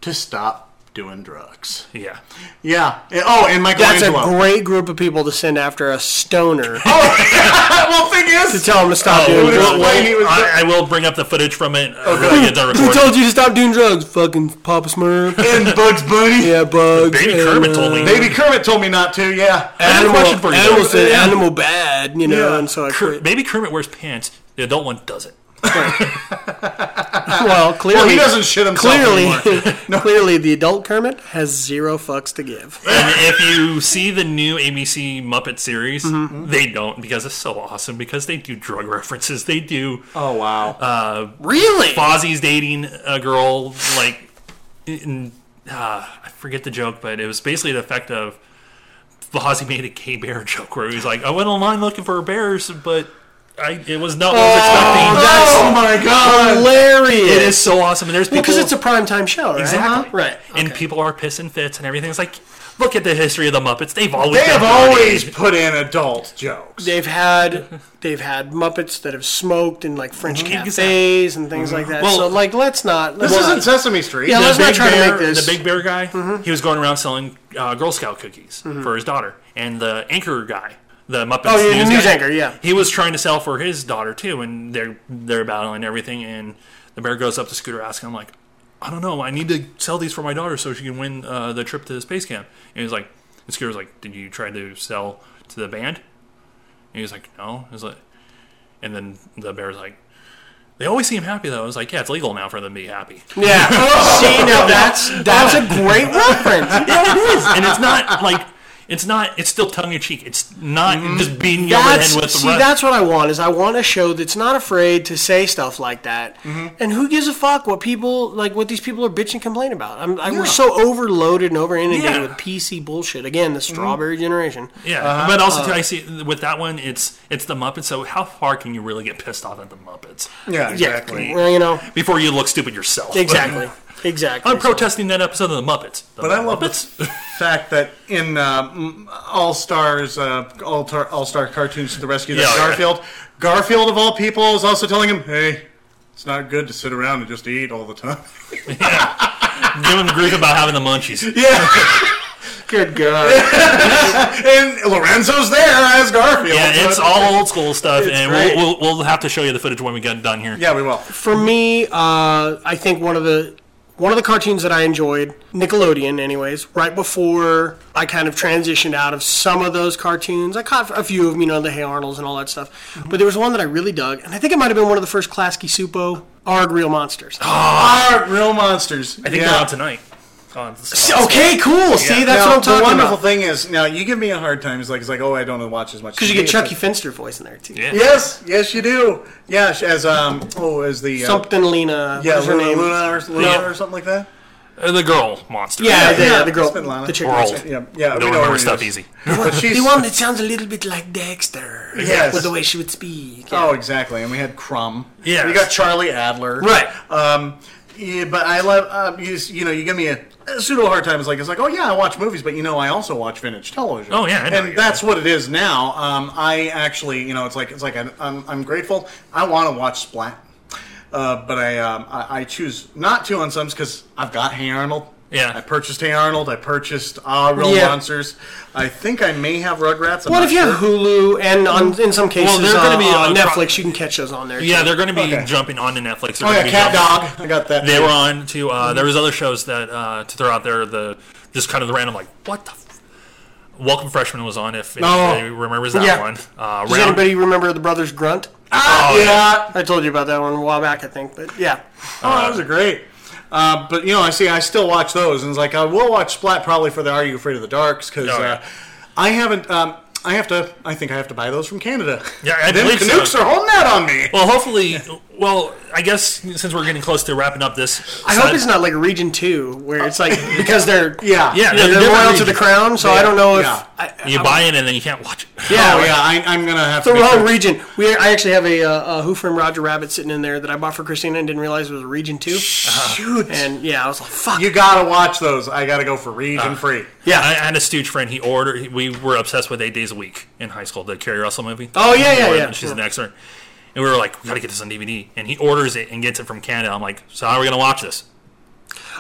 Speaker 1: to stop doing drugs.
Speaker 3: Yeah.
Speaker 1: Yeah. Oh, and
Speaker 2: That's
Speaker 1: Michelangelo.
Speaker 2: a great group of people to send after a
Speaker 3: (laughs)
Speaker 2: stoner
Speaker 1: well, thing is,
Speaker 2: to tell him to stop
Speaker 3: Oh,
Speaker 2: doing
Speaker 1: would
Speaker 2: drugs.
Speaker 1: explain
Speaker 3: well,
Speaker 1: he was-
Speaker 3: I, I will bring up the footage from it uh, when I get done
Speaker 2: (laughs) Who
Speaker 3: recording.
Speaker 2: told you to stop doing drugs? Fucking Papa
Speaker 1: (laughs)
Speaker 2: Smurf.
Speaker 1: and Bugs Bunny.
Speaker 2: Yeah, bugs.
Speaker 3: Baby
Speaker 2: and,
Speaker 3: Kermit
Speaker 2: uh,
Speaker 3: told me.
Speaker 1: Baby Kermit told me not to. Yeah.
Speaker 3: have a
Speaker 2: Animal,
Speaker 3: question for you.
Speaker 2: animal said
Speaker 3: Yeah.
Speaker 2: animal bad, you know,
Speaker 1: Yeah.
Speaker 2: and so I
Speaker 3: Ker- (laughs)
Speaker 2: quit.
Speaker 3: Baby Kermit wears pants. The adult one
Speaker 1: (laughs)
Speaker 3: doesn't.
Speaker 2: Well, clearly,
Speaker 1: Well, he doesn't shit himself anymore.
Speaker 2: (laughs)
Speaker 3: (laughs)
Speaker 2: clearly, clearly, the adult Kermit has zero fucks to give.
Speaker 3: And if you see the new ABC Muppet series,
Speaker 1: Mm-hmm.
Speaker 3: they don't because it's so awesome because they do drug references. They do
Speaker 1: Oh wow.
Speaker 2: Really?
Speaker 3: Fozzie's dating a girl like in, uh, I forget the joke, but it was basically the effect of Fozzie made a K bear joke where he was like, I went online looking for bears, but I it was not what I was expecting.
Speaker 1: oh my god.
Speaker 2: Hilarious.
Speaker 3: it is so awesome. And there's people
Speaker 2: because it's a primetime show, right?
Speaker 3: Exactly.
Speaker 2: Right.
Speaker 3: and people are pissing fits and everything. It's like look at the history of the Muppets. They've always
Speaker 1: They have
Speaker 3: been
Speaker 1: always
Speaker 3: funny.
Speaker 1: put in adult jokes.
Speaker 2: They've
Speaker 3: (laughs)
Speaker 2: had they've had Muppets that have smoked in like French cafes and things like that.
Speaker 3: Mm-hmm. Well-
Speaker 2: so like, let's not. Let's
Speaker 1: This
Speaker 2: not-
Speaker 1: isn't Sesame Street.
Speaker 2: Yeah, let's
Speaker 3: the
Speaker 2: not
Speaker 3: big
Speaker 2: try to
Speaker 3: bear,
Speaker 2: make this. Mm-hmm.
Speaker 3: the big bear guy. He was going around selling uh, Girl Scout cookies for his daughter, and the anchor guy, the Muppets.
Speaker 2: Oh, yeah, the news
Speaker 3: guy,
Speaker 2: anchor, yeah.
Speaker 3: He was trying to sell for his daughter too, and they're they're battling everything. And the bear goes up to Scooter, asking him like, "I don't know, I need to sell these for my daughter so she can win uh, the trip to the space camp." And he's like, and Scooter's like, "Did you try to sell to the band?" And he's like, "No." He's like, and then the bear's like. They always seem happy though. I was like, yeah, it's legal now for them to be happy. (laughs)
Speaker 2: Yeah.
Speaker 3: Oh.
Speaker 2: See, now that's that's a great reference.
Speaker 3: (laughs) Yeah, it is, and it's not like It's not. It's still tongue in cheek. It's not
Speaker 1: Mm-hmm.
Speaker 3: just beating you over the
Speaker 2: That's,
Speaker 3: head with the
Speaker 2: see,
Speaker 3: rug.
Speaker 2: that's what I want is I want a show that's not afraid to say stuff like that.
Speaker 3: Mm-hmm.
Speaker 2: And who gives a fuck what people like what these people are bitch and complain about? I'm, I, We're so overloaded and over inundated
Speaker 3: Yeah. Mm-hmm.
Speaker 2: with PC bullshit. Again, the strawberry generation.
Speaker 3: Yeah,
Speaker 1: Uh-huh.
Speaker 3: but also too, I see with that one, it's it's the Muppets. So how far can you really get pissed off at the Muppets
Speaker 1: Yeah,
Speaker 2: Yeah,
Speaker 1: exactly.
Speaker 2: well, you know
Speaker 3: before you look stupid yourself?
Speaker 2: exactly, exactly.
Speaker 3: (laughs) I'm protesting that episode of the Muppets. The
Speaker 1: But I love the
Speaker 3: Muppets. (laughs)
Speaker 1: fact that in uh, All Stars, uh, All Star cartoons to the rescue,
Speaker 3: Yeah,
Speaker 1: that
Speaker 3: yeah.
Speaker 1: Garfield, Garfield of all people is also telling him, "Hey, it's not good to sit around and just eat all the time." (laughs)
Speaker 3: Giving grief about having
Speaker 1: (laughs)
Speaker 3: the munchies.
Speaker 2: Good God.
Speaker 1: And Lorenzo's there as Garfield.
Speaker 3: Yeah, it's all old school stuff, and
Speaker 1: great.
Speaker 3: we'll, we'll, we'll have to show you the footage when we get done here.
Speaker 1: Yeah, we will.
Speaker 2: For me, uh, I think one of the one of the cartoons that I enjoyed, Nickelodeon, anyways, right before I kind of transitioned out of some of those cartoons. I caught a few of them, you know, the Hey Arnolds and all that stuff.
Speaker 1: Mm-hmm.
Speaker 2: But there was one that I really dug, and I think it might have been one of the first Klasky Supo Arg Real Monsters.
Speaker 1: Oh,
Speaker 2: Ah.
Speaker 1: Are real monsters.
Speaker 3: I think
Speaker 1: yeah.
Speaker 3: they're out tonight. On
Speaker 2: okay, cool. See,
Speaker 1: Now,
Speaker 2: that's what I'm
Speaker 1: the
Speaker 2: talking
Speaker 1: wonderful
Speaker 2: about.
Speaker 1: thing is, now you give me a hard time. It's like, it's like, oh, I don't watch as much.
Speaker 2: Because you get
Speaker 1: TV.
Speaker 2: Chucky Finster voice in there too.
Speaker 3: Yeah.
Speaker 1: Yes, yes, you do. Yes, as um, oh, as the uh,
Speaker 2: Something Lena.
Speaker 1: yeah,
Speaker 2: what is her
Speaker 1: Luna,
Speaker 2: name?
Speaker 1: Luna, or, Luna
Speaker 3: Yeah.
Speaker 1: or something like that.
Speaker 3: Uh, the girl monster.
Speaker 2: Yeah, the,
Speaker 1: yeah,
Speaker 2: the girl,
Speaker 1: something Lana.
Speaker 2: the chick.
Speaker 3: We're old.
Speaker 1: Yeah, yeah. we know
Speaker 3: Don't
Speaker 1: who
Speaker 3: remember
Speaker 1: it
Speaker 3: stuff
Speaker 1: is.
Speaker 3: easy.
Speaker 2: (laughs)
Speaker 1: But she's
Speaker 2: The one that sounds a little bit like Dexter.
Speaker 1: Yes.
Speaker 2: With the way she would speak.
Speaker 1: oh, exactly. And we had Crumb.
Speaker 3: Yes.
Speaker 1: we got Charlie Adler.
Speaker 2: Right.
Speaker 1: Um, yeah, but I love uh, you. s- You know, you give me a, a pseudo hard time. It's like it's like, oh yeah, I watch movies, but you know, I also watch vintage television.
Speaker 3: Oh, yeah, I know you
Speaker 1: and that's what it is now. Um, I actually, you know, it's like it's like I'm, I'm, I'm grateful. I want to watch Splat, uh, but I, um, I I choose not to on some because I've got Hey Arnold.
Speaker 3: Yeah.
Speaker 1: I purchased Hey Arnold. I purchased Ah Real
Speaker 2: Yeah.
Speaker 1: Monsters. I think I may have Rugrats. I'm
Speaker 2: Well,
Speaker 1: not
Speaker 2: if you have
Speaker 1: sure.
Speaker 2: Hulu and on, in some cases
Speaker 3: they're
Speaker 2: uh,
Speaker 3: gonna be
Speaker 2: on
Speaker 3: on pro-
Speaker 2: Netflix, you can catch those on there.
Speaker 3: Yeah,
Speaker 2: too.
Speaker 3: they're going to be
Speaker 1: Okay.
Speaker 3: jumping on to Netflix. They're
Speaker 1: Oh
Speaker 3: gonna
Speaker 1: yeah,
Speaker 3: be
Speaker 1: Cat
Speaker 3: jumping-
Speaker 1: Dog. I got that.
Speaker 3: They were on to. Uh,
Speaker 2: Mm-hmm.
Speaker 3: There was other shows that uh, to throw out there. The just kind of the random like what the. F-? Welcome Freshman was on if anybody remembers that
Speaker 2: Oh. Yeah.
Speaker 3: one. Uh,
Speaker 2: Does
Speaker 3: round,
Speaker 2: anybody remember the Brothers Grunt?
Speaker 3: Oh,
Speaker 1: Ah, yeah.
Speaker 2: I told you about that one a while back, I think. But yeah,
Speaker 1: Oh, those are great. Uh, but you know, I see. I still watch those, and it's like I will watch Splat probably for the Are You Afraid of the Darks because
Speaker 3: Oh, yeah.
Speaker 1: uh, I haven't. Um, I have to. I think I have to buy those from Canada.
Speaker 3: Yeah, I
Speaker 1: Them
Speaker 3: believe so. Oh,
Speaker 1: Canucks are holding out on me.
Speaker 3: Well, hopefully, well, I guess since we're getting close to wrapping up this,
Speaker 2: I hope it's not like Region Two where
Speaker 1: (laughs)
Speaker 2: it's like because they're
Speaker 1: Yeah,
Speaker 3: Yeah,
Speaker 2: they're,
Speaker 3: they're
Speaker 2: loyal to
Speaker 3: region.
Speaker 2: the crown. So I don't know if
Speaker 1: Yeah.
Speaker 2: I,
Speaker 3: You buy it and then you can't watch it.
Speaker 2: yeah,
Speaker 1: Oh
Speaker 2: like,
Speaker 1: yeah, I, I'm gonna have
Speaker 2: The
Speaker 1: to. make
Speaker 2: wrong
Speaker 1: sure-
Speaker 2: region. We I actually have a, uh, a Who Framed Roger Rabbit sitting in there that I bought for Christina and didn't realize it was Region Two.
Speaker 1: Shoot,
Speaker 2: And yeah, I was like, fuck.
Speaker 1: you gotta watch those. I gotta go for region free.
Speaker 3: Yeah, I had a stooge friend. He ordered. he- We were obsessed with Eight Days a Week in high school, the Carrie Russell movie.
Speaker 2: Oh, yeah, yeah,
Speaker 3: And
Speaker 2: yeah.
Speaker 3: She's an excellent. And we were like, we gotta get this on DVD. And he orders it and gets it from Canada. I'm like, so how are we gonna watch this?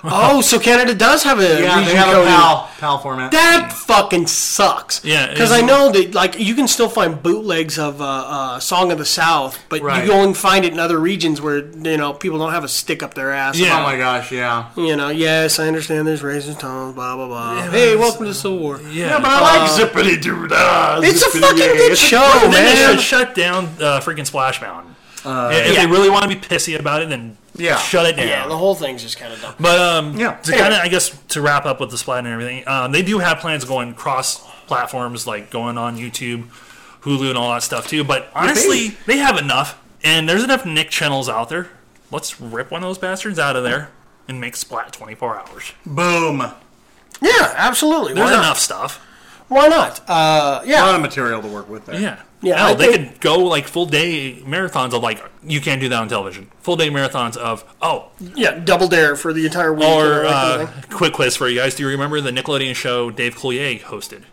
Speaker 2: oh, so Canada does have a
Speaker 1: Yeah,
Speaker 2: region
Speaker 1: they have
Speaker 2: code.
Speaker 1: a pal pal format.
Speaker 2: That fucking sucks.
Speaker 3: Yeah,
Speaker 2: because I
Speaker 3: it's-
Speaker 2: know that like you can still find bootlegs of uh, uh, "Song of the South," but
Speaker 1: Right.
Speaker 2: you only find it in other regions where you know people don't have a stick up their ass.
Speaker 3: Yeah.
Speaker 1: oh my gosh, yeah.
Speaker 2: about, you know. Yes, I understand. There's racist tones. Blah blah blah. hey, welcome to the Civil War.
Speaker 3: Yeah,
Speaker 1: but I like zippity doo dah.
Speaker 2: It's a fucking good show,
Speaker 3: Then they
Speaker 2: man.
Speaker 3: should shut down uh, freaking Splash Mountain. if if they really want to be pissy about it, then
Speaker 1: Uh, Yeah.
Speaker 3: shut it down.
Speaker 2: Yeah, the whole thing's just kind of dumb.
Speaker 3: But um,
Speaker 1: Yeah.
Speaker 3: to kind of I guess to wrap up with the splat and everything, um, they do have plans going cross platforms, like going on YouTube, Hulu, and all that stuff too. But honestly, they have enough, and there's enough Nick channels out there. Let's rip one of those bastards out of there and make Splat 24 hours.
Speaker 1: Boom. A
Speaker 2: Yeah, absolutely.
Speaker 3: There's
Speaker 2: Why not?
Speaker 3: enough stuff.
Speaker 2: Why not? Uh, yeah.
Speaker 1: lot of material to work with there.
Speaker 3: Yeah.
Speaker 2: Yeah,
Speaker 3: Hell,
Speaker 2: I
Speaker 3: they
Speaker 2: think-
Speaker 3: could go like full day marathons of like you can't do that on television. Full day marathons of oh
Speaker 2: Yeah, double dare for the entire week.
Speaker 3: or
Speaker 2: and that kind
Speaker 3: uh,
Speaker 2: of thing.
Speaker 3: quick quiz for you guys. Do you remember the Nickelodeon show Dave Coulier hosted?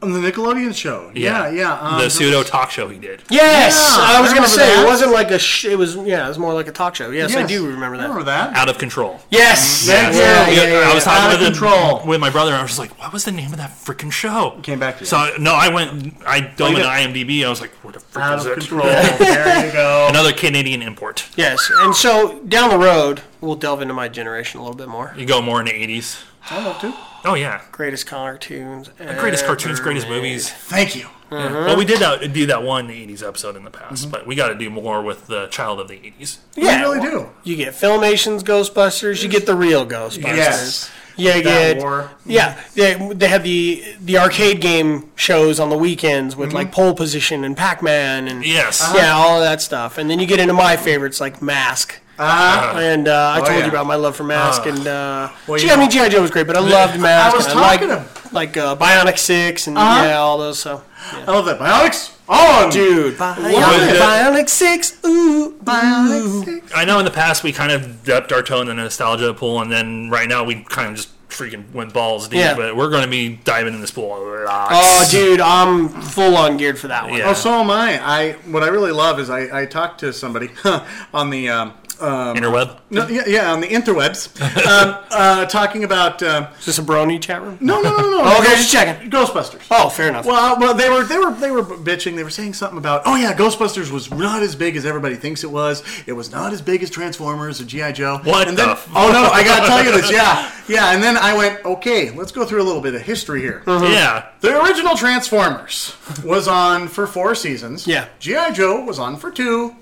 Speaker 1: On the Nickelodeon show. Yeah, yeah. um,
Speaker 3: the pseudo talk show he did.
Speaker 2: yes,
Speaker 1: Yeah,
Speaker 2: I was
Speaker 1: I remember
Speaker 2: gonna say
Speaker 1: that.
Speaker 2: it wasn't like a. Sh- it was yeah, it was more like a talk show. Yes, I do remember that.
Speaker 1: Remember that?
Speaker 3: out of control.
Speaker 2: Yes,
Speaker 1: That's
Speaker 2: yeah,
Speaker 1: it.
Speaker 2: yeah, yeah,
Speaker 3: I
Speaker 1: Mm-hmm. yeah.
Speaker 3: was talking
Speaker 1: Out of
Speaker 3: with him-
Speaker 1: control.
Speaker 3: with my brother. and I was just like, "What was the name of that freaking show?"
Speaker 1: Came back to you.
Speaker 3: So I- no, I went. I dove
Speaker 1: you
Speaker 3: into
Speaker 1: did.
Speaker 3: IMDb. I was like, "Where the frick
Speaker 1: out
Speaker 3: is
Speaker 1: of
Speaker 3: it?"
Speaker 1: control. (laughs) there you go.
Speaker 3: Another Canadian import.
Speaker 2: Yes, and so down the road, we'll delve into my generation a little bit more.
Speaker 3: You go more in the eighties.
Speaker 1: I love to.
Speaker 3: Oh yeah,
Speaker 2: Greatest cartoons.
Speaker 3: greatest
Speaker 2: ever
Speaker 3: cartoons, greatest
Speaker 2: made.
Speaker 3: movies.
Speaker 1: Thank you.
Speaker 3: Well,
Speaker 2: Uh-huh.
Speaker 3: we did that, do that one eighties episode in the
Speaker 2: Mm-hmm.
Speaker 3: past, but we got to do more with the child of the eighties.
Speaker 1: We really do.
Speaker 2: You get Filmation's Ghostbusters. You get the real Ghostbusters.
Speaker 1: Yes.
Speaker 2: Yeah,
Speaker 1: that
Speaker 2: yeah,
Speaker 1: war.
Speaker 2: yeah. They, they had the the arcade game shows on the weekends with
Speaker 1: Mm-hmm.
Speaker 2: like pole position and Pac Man and
Speaker 3: Yes.
Speaker 2: yeah, all of that stuff. And then you get into my favorites like Mask.
Speaker 1: Ah,
Speaker 2: And uh, I told
Speaker 1: yeah.
Speaker 2: you about my love for Mask, and uh, G-
Speaker 1: you
Speaker 2: I mean GI Joe was great, but I loved Mask.
Speaker 1: was
Speaker 2: and I
Speaker 1: talking
Speaker 2: liked, like uh, Bionic Six and
Speaker 1: Uh-huh.
Speaker 2: yeah, all those. So
Speaker 1: I love that. Bionics on,
Speaker 2: dude,
Speaker 1: Love it.
Speaker 2: Bionic Six, ooh,
Speaker 1: Bionic Six.
Speaker 3: I know in the past we kind of dipped our toe in the nostalgia pool, and then right now we kind of just freaking went balls deep.
Speaker 2: Yeah.
Speaker 3: But we're going to be diving in this pool a lot.
Speaker 2: Oh, dude, I'm full on geared for that one.
Speaker 3: Yeah.
Speaker 1: Oh, so am I. I what I really love is I, I talked to somebody (laughs) on the um, um,
Speaker 3: Interweb.
Speaker 1: no, yeah, yeah on the interwebs (laughs) um, uh, talking about um,
Speaker 2: Is this a brony chat room?
Speaker 1: no no no no, no.
Speaker 2: Oh, (laughs) okay, just checking.
Speaker 1: Ghostbusters.
Speaker 2: Oh, fair enough.
Speaker 1: Well, uh, well, they were they were they were bitching. They were saying something about, oh yeah, Ghostbusters was not as big as everybody thinks it was. It was not as big as Transformers or GI Joe.
Speaker 3: What
Speaker 1: And
Speaker 3: the
Speaker 1: then,
Speaker 3: f-
Speaker 1: oh no, I gotta tell you this. Yeah, yeah. And then I went, okay, let's go through a little bit of history here.
Speaker 2: Uh-huh.
Speaker 3: Yeah.
Speaker 1: The original Transformers was on for four seasons.
Speaker 2: Yeah.
Speaker 1: GI Joe was on for two.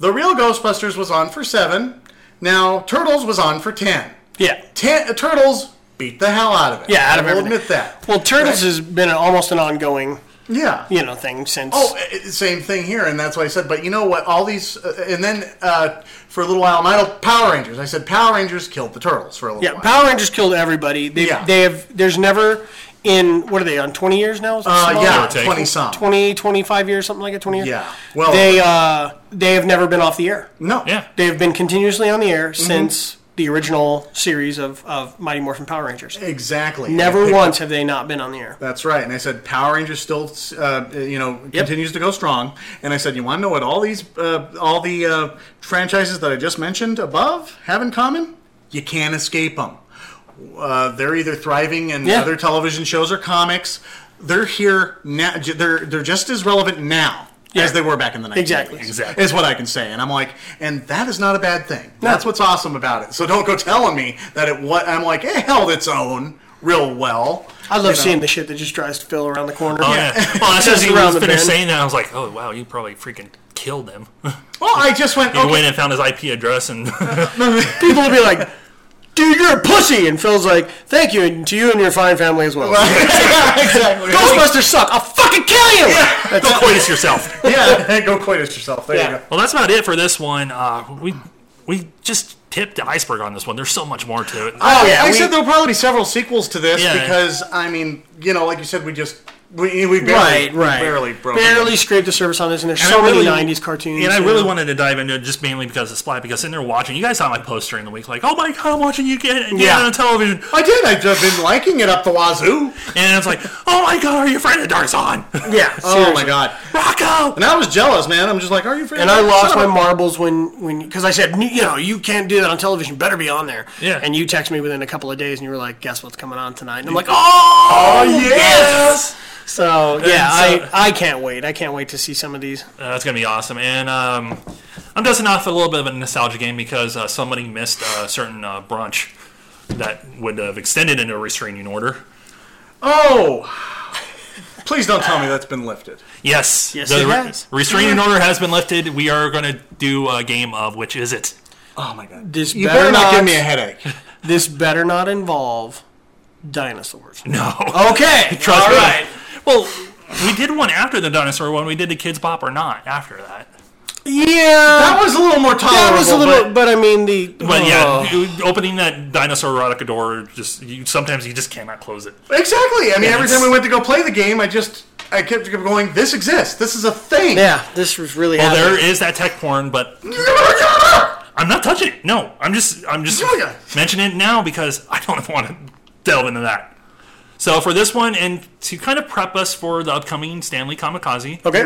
Speaker 1: The real Ghostbusters was on for seven. Now Turtles was on for ten.
Speaker 2: yeah.
Speaker 1: Ten uh, Turtles beat the hell out of it.
Speaker 2: Yeah, out of
Speaker 1: I will
Speaker 2: everything.
Speaker 1: admit that.
Speaker 2: Well, Turtles has been an, almost an ongoing,
Speaker 1: Yeah.
Speaker 2: you know, thing since.
Speaker 1: Oh, i- i- same thing here, and that's why I said. But you know what? All these, uh, and then uh, for a little while, my old Power Rangers. I said Power Rangers killed the turtles for a little
Speaker 2: yeah.
Speaker 1: while.
Speaker 2: Power Rangers killed everybody. They
Speaker 1: Yeah.
Speaker 2: they have. There's never in what are they on 20 years now?
Speaker 1: uh,
Speaker 3: Give
Speaker 1: yeah,
Speaker 3: or take.
Speaker 1: twenty some.
Speaker 2: 20, 25 years, something like it. 20 years.
Speaker 1: Yeah. Well,
Speaker 2: They uh they have never been off the air.
Speaker 1: no.
Speaker 3: Yeah.
Speaker 2: They have been continuously on the air
Speaker 1: Mm-hmm.
Speaker 2: since the original series of of Mighty Morphin Power Rangers.
Speaker 1: Exactly.
Speaker 2: Never once have they not been on the air.
Speaker 1: That's right. And I said Power Rangers still, uh, you know, continues to go strong. And I said, you want to know what all these, uh, all the uh, franchises that I just mentioned above have in common? You can't escape them. Uh, they're either thriving in
Speaker 2: Yeah.
Speaker 1: other television shows or comics. They're here now. j- They're they're just as relevant now as they were back in the 1980s.
Speaker 2: Exactly.
Speaker 3: Exactly.
Speaker 1: Is what I can say. And I'm like, and that is not a bad thing. That's what's awesome about it. So don't go telling me that it. What I'm like, it held its own real well.
Speaker 2: I love seeing the shit that just tries to fill around the corner.
Speaker 3: Oh, yeah. Well, as soon as
Speaker 2: Just
Speaker 3: he
Speaker 2: around
Speaker 3: was
Speaker 2: the
Speaker 3: finished
Speaker 2: bend.
Speaker 3: saying that, I was like, oh, wow, you probably freaking killed him. (laughs) he
Speaker 1: Well, Oh, I just went. Okay,
Speaker 3: went and found his IP address
Speaker 2: (laughs)
Speaker 3: and. (laughs)
Speaker 2: people will be like, "Dude, you're a pussy," and Phil's like, "Thank you, and to you and your fine family as well." (laughs)
Speaker 1: exactly.
Speaker 2: Ghostbusters suck. I'll fucking kill you.
Speaker 3: Go coitus yourself.
Speaker 1: yeah, (laughs) go quit as yourself. There
Speaker 2: Yeah.
Speaker 1: you go.
Speaker 3: Well, that's about it for this one. Uh, we we just tipped the iceberg on this one. There's so much more to it.
Speaker 1: Oh,
Speaker 2: yeah,
Speaker 1: I
Speaker 2: we-
Speaker 1: said there'll probably be several sequels to this
Speaker 3: Yeah.
Speaker 1: because I mean, you know, like you said, we just we we barely
Speaker 2: Right, right.
Speaker 1: barely broke
Speaker 2: Barely scraped the surface on this, and there's
Speaker 3: And
Speaker 2: so
Speaker 3: I
Speaker 2: many
Speaker 3: really-
Speaker 2: '90s cartoons.
Speaker 3: And I
Speaker 2: you
Speaker 3: really
Speaker 2: know.
Speaker 3: wanted to dive into it just mainly because it's Splat, because sitting there watching, you guys saw my post during the week, like, oh my god, I'm watching you get, get
Speaker 2: Yeah.
Speaker 3: on television.
Speaker 1: I did. I've just been liking it up the wazoo.
Speaker 3: And it's like, oh my god, are you afraid of Darzon?
Speaker 2: Yeah.
Speaker 1: Oh
Speaker 2: seriously.
Speaker 1: my god!
Speaker 3: Rocco!
Speaker 1: And I was jealous, man. I'm just like, are you?
Speaker 2: And I lost my
Speaker 1: Son of a-
Speaker 2: marbles when when because I said, "N- you know, you can't do that on television. Better be on there.
Speaker 3: Yeah.
Speaker 2: And you text me within a couple of days, and you were like, "Guess what's coming on tonight?" And I'm like,
Speaker 3: (laughs)
Speaker 2: "Oh,
Speaker 3: yes!
Speaker 2: So yeah,
Speaker 3: And so-
Speaker 2: I I can't wait. I can't wait to see some of these.
Speaker 3: Uh, that's gonna be awesome. And um, I'm dusting off a little bit of a nostalgia game because uh, somebody missed a certain uh, brunch that would have extended into a restraining order.
Speaker 1: Oh. Please don't tell me that's been lifted.
Speaker 3: Yes,
Speaker 2: Yes,
Speaker 3: the
Speaker 2: it has.
Speaker 3: restraining order has been lifted. We are gonna do a game of which is it? (laughs)
Speaker 1: Oh my god!
Speaker 2: This
Speaker 1: You
Speaker 2: better
Speaker 1: better not
Speaker 2: not-
Speaker 1: give me a headache.
Speaker 2: This better not involve dinosaurs.
Speaker 3: No.
Speaker 2: Okay.
Speaker 3: (laughs) Trust
Speaker 2: all
Speaker 3: me.
Speaker 2: right.
Speaker 3: Well, we did one after the dinosaur one. We did the Kids Pop or not after that.
Speaker 2: Yeah.
Speaker 1: That was a little more tolerable.
Speaker 2: (laughs) That was a little,
Speaker 1: but-
Speaker 2: but, I mean the.
Speaker 3: But
Speaker 2: oh.
Speaker 3: yeah, you- opening that dinosaur erotica door just you, sometimes you just cannot close it.
Speaker 1: Exactly. I mean, every
Speaker 3: it's-
Speaker 1: time we went to go play the game, I just I kept going. This exists. This is a thing.
Speaker 2: Yeah, this was really.
Speaker 3: Well,
Speaker 2: happening.
Speaker 3: there is that tech porn, but I'm not touching it. No, I'm just I'm just
Speaker 1: Julia.
Speaker 3: mentioning it now because I don't (laughs) want to delve into that. So for this one, and to kind of prep us for the upcoming Stanley Kamikaze,
Speaker 2: Okay.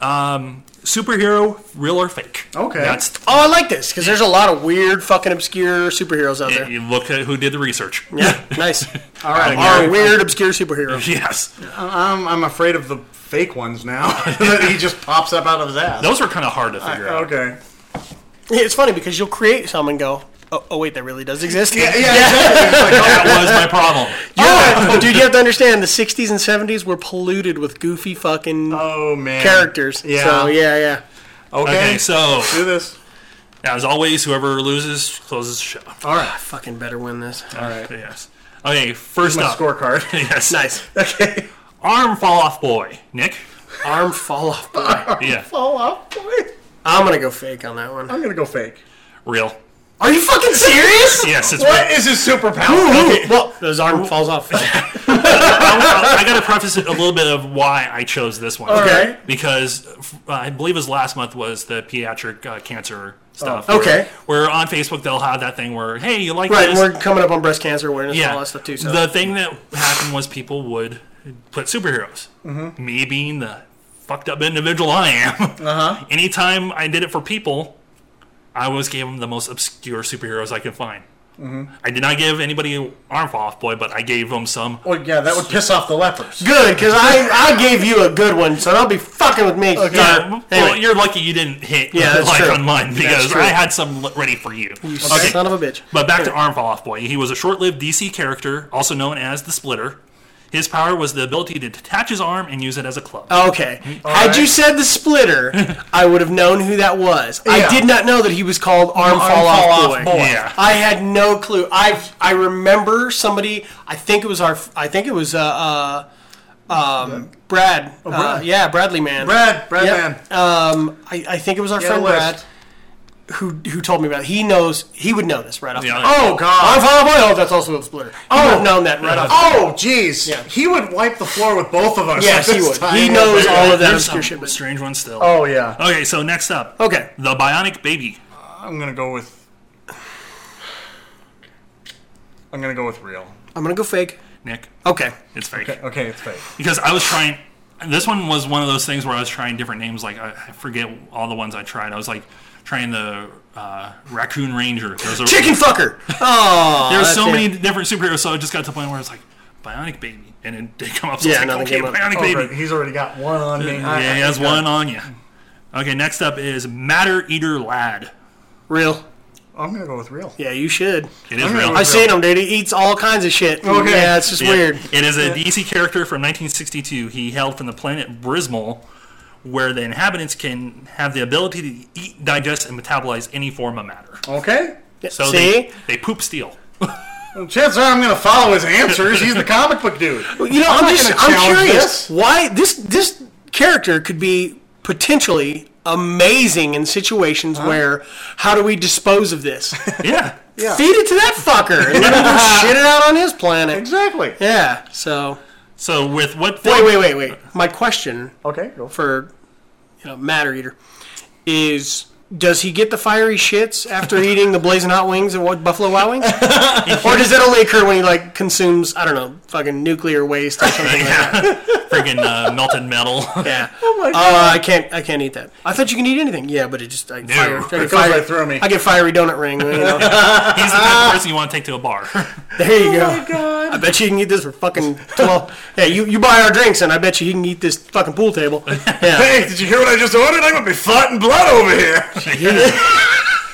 Speaker 1: Yeah.
Speaker 3: superhero, real or fake?
Speaker 1: Okay.
Speaker 3: that's
Speaker 2: Oh, I like this because there's a lot of weird, fucking obscure superheroes out there.
Speaker 3: you look at who did the research.
Speaker 2: Yeah, nice.
Speaker 1: All right.
Speaker 2: Our weird, obscure superheroes.
Speaker 3: (laughs) Yes,
Speaker 1: (laughs) I'm, I'm afraid of the fake ones now. (laughs) that he just pops up out of his ass.
Speaker 3: those were kind of hard to figure out.
Speaker 1: Okay.
Speaker 2: (laughs) It's funny because you'll create some and go, oh, oh wait, that really does exist. Oh,
Speaker 1: Yeah. Yeah. Exactly. It's like, oh,
Speaker 3: That was my problem.
Speaker 2: Yeah, dude, you have to understand the '60s and '70s were polluted with goofy fucking
Speaker 1: oh, man.
Speaker 2: characters.
Speaker 1: Yeah.
Speaker 2: So yeah, yeah.
Speaker 1: (laughs) Okay.
Speaker 3: Okay, so
Speaker 1: do this.
Speaker 3: as always, whoever loses closes the show.
Speaker 1: All right.
Speaker 2: Fucking better win this.
Speaker 3: All right. Yes. Okay, first
Speaker 1: My
Speaker 3: up.
Speaker 1: scorecard.
Speaker 3: (laughs)
Speaker 2: (laughs)
Speaker 3: Yes.
Speaker 2: Nice.
Speaker 1: okay.
Speaker 3: Arm fall off boy. Nick?
Speaker 2: Arm fall off. boy.
Speaker 3: Yeah.
Speaker 1: Fall off, boy.
Speaker 2: I'm gonna go fake on that one.
Speaker 1: I'm gonna go fake.
Speaker 3: Real.
Speaker 2: Are you fucking (laughs) serious?
Speaker 3: Yes, it's
Speaker 1: What
Speaker 3: real.
Speaker 1: is his
Speaker 2: Ooh,
Speaker 1: superpower? Okay.
Speaker 2: Well, his arm falls off.
Speaker 3: I, I gotta preface it a little bit of why I chose this one.
Speaker 2: Okay.
Speaker 3: Because uh, I believe it was last month was the pediatric uh, cancer stuff.
Speaker 2: Oh, okay.
Speaker 3: Where, where on Facebook they'll have that thing where, hey, you like
Speaker 2: right,
Speaker 3: this?
Speaker 2: we're coming up on breast cancer awareness and
Speaker 3: yeah.
Speaker 2: all that stuff too. So
Speaker 3: The thing that happened was people would put superheroes.
Speaker 2: Mm-hmm.
Speaker 3: Me being the fucked up individual I am. Uh-huh. (laughs) Anytime I did it for people, I always gave them the most obscure superheroes I could find.
Speaker 2: Mm-hmm.
Speaker 3: I did not give anybody arm fall off boy, but I gave them some.
Speaker 1: Well, yeah, that would piss off the lepers.
Speaker 2: good, because I I gave you a good one, so don't be fucking with me.
Speaker 1: Okay.
Speaker 3: Yeah,
Speaker 2: Sorry.
Speaker 3: well,
Speaker 2: Anyway,
Speaker 3: you're lucky you didn't hit
Speaker 2: Yeah, that's
Speaker 3: (laughs) like
Speaker 2: true.
Speaker 3: on mine because
Speaker 2: true.
Speaker 3: I had some l- ready for you. Okay.
Speaker 2: son of a bitch.
Speaker 3: But back to Armfall Off Boy. He was a short lived DC character, also known as the Splitter. His power was the ability to detach his arm and use it as a club.
Speaker 2: Okay. Had
Speaker 1: right.
Speaker 2: you said the splitter, I would have known who that was.
Speaker 1: Yeah.
Speaker 2: I did not know that he was called
Speaker 1: Arm
Speaker 2: Arm, Fall,
Speaker 1: Fall
Speaker 2: Off,
Speaker 1: Off
Speaker 2: Boy.
Speaker 1: Boy.
Speaker 3: Yeah.
Speaker 2: I had no clue. I I remember somebody. I think it was our. I think it was uh, uh um Brad. Uh,
Speaker 1: Brad.
Speaker 2: yeah, Bradley man.
Speaker 1: Brad, Brad
Speaker 2: Yep.
Speaker 1: man.
Speaker 2: Um, I, I think it was our
Speaker 1: Yeah,
Speaker 2: friend
Speaker 1: the list.
Speaker 2: Brad. Who, who told me about it? He knows he would know this right off. the
Speaker 3: Yeah.
Speaker 2: bat.
Speaker 1: Oh
Speaker 2: Arm
Speaker 1: God.
Speaker 2: Fall Off Boy. Oh, that's also a splitter. Oh, would have known that right off. the bat.
Speaker 1: Oh jeez.
Speaker 2: Yeah.
Speaker 1: He would wipe the floor with both of us.
Speaker 2: Yes,
Speaker 1: at
Speaker 2: he
Speaker 1: this
Speaker 2: would.
Speaker 1: time.
Speaker 2: He knows
Speaker 3: There-
Speaker 2: all of that
Speaker 3: there's
Speaker 2: obscure
Speaker 3: some
Speaker 2: shit. Oh.
Speaker 3: strange one still.
Speaker 1: Oh yeah.
Speaker 3: Okay, so next up.
Speaker 2: Okay.
Speaker 3: The Bionic Baby.
Speaker 1: I'm gonna go with. I'm gonna go with real.
Speaker 2: I'm gonna go fake.
Speaker 3: Nick,
Speaker 2: Oh. Okay.
Speaker 3: it's fake.
Speaker 1: Okay, it's fake.
Speaker 3: Because I was trying. This one was one of those things where I was trying different names. Like, I, I forget all the ones I tried. I was like trying the uh, Raccoon Ranger. There's a,
Speaker 2: Chicken fucker. Oh,
Speaker 3: There's so
Speaker 2: that's it.
Speaker 3: many different superheroes, so it just got to the point where it's like Bionic Baby, and then they come up. So
Speaker 2: Yeah,
Speaker 3: yeah, it's like,
Speaker 2: nothing
Speaker 3: okay,
Speaker 2: came up.
Speaker 3: Bionic
Speaker 1: Oh, great.
Speaker 3: Baby.
Speaker 1: He's already got one on me. I-
Speaker 3: Yeah,
Speaker 1: I-
Speaker 3: he has one on you. Okay, next up is Matter Eater Lad.
Speaker 2: Real.
Speaker 1: I'm gonna go with real.
Speaker 2: Yeah, you should.
Speaker 3: It is
Speaker 1: Okay.
Speaker 3: real.
Speaker 1: I
Speaker 2: I've seen him, dude. He eats all kinds of shit.
Speaker 1: Okay.
Speaker 2: Yeah, it's just
Speaker 3: Yeah.
Speaker 2: weird.
Speaker 3: It is a DC character from 1962. He hailed from the planet Brismal, where the inhabitants can have the ability to eat, digest, and metabolize any form of matter.
Speaker 1: Okay.
Speaker 3: So
Speaker 2: See?
Speaker 3: They, they
Speaker 2: (laughs)
Speaker 3: poop steel.
Speaker 1: Chances are I'm gonna follow (laughs) his answers. He's the comic book dude.
Speaker 2: You know, I'm,
Speaker 1: not
Speaker 2: just
Speaker 1: gonna
Speaker 2: I'm
Speaker 1: challenge
Speaker 2: curious
Speaker 1: this.
Speaker 2: why this this character could be potentially amazing in situations where how do we dispose
Speaker 1: (laughs)
Speaker 2: of this?
Speaker 3: Yeah.
Speaker 2: Feed it to that fucker and let him just shit it out on his planet.
Speaker 1: Exactly.
Speaker 2: Yeah. So
Speaker 3: So with what?
Speaker 2: wait, wait, wait, wait. My question
Speaker 1: Okay, go for
Speaker 2: for you know Matter Eater is does he get the fiery shits after eating the blazing hot wings at what Buffalo Wild Wings? or does that only occur when he like consumes I don't know fucking nuclear waste or something?
Speaker 3: Friggin' uh, melted metal.
Speaker 2: (laughs) Yeah.
Speaker 1: my
Speaker 2: Uh, I can't. I can't eat that. I thought you can eat anything. Yeah, but it just I, fire, I get
Speaker 3: It
Speaker 1: goes
Speaker 2: fiery-
Speaker 1: right through me.
Speaker 2: I get fiery donut ring. You know?
Speaker 3: (laughs) He's the type of person you want to take to a bar. (laughs)
Speaker 2: there you go.
Speaker 1: God.
Speaker 2: I bet you can eat this for fucking twelve. hey, you, you buy our drinks, and I bet you you can eat this fucking
Speaker 1: (laughs)
Speaker 2: pool table. Yeah.
Speaker 1: Hey, did you hear what I just ordered? I'm gonna be farting blood over here.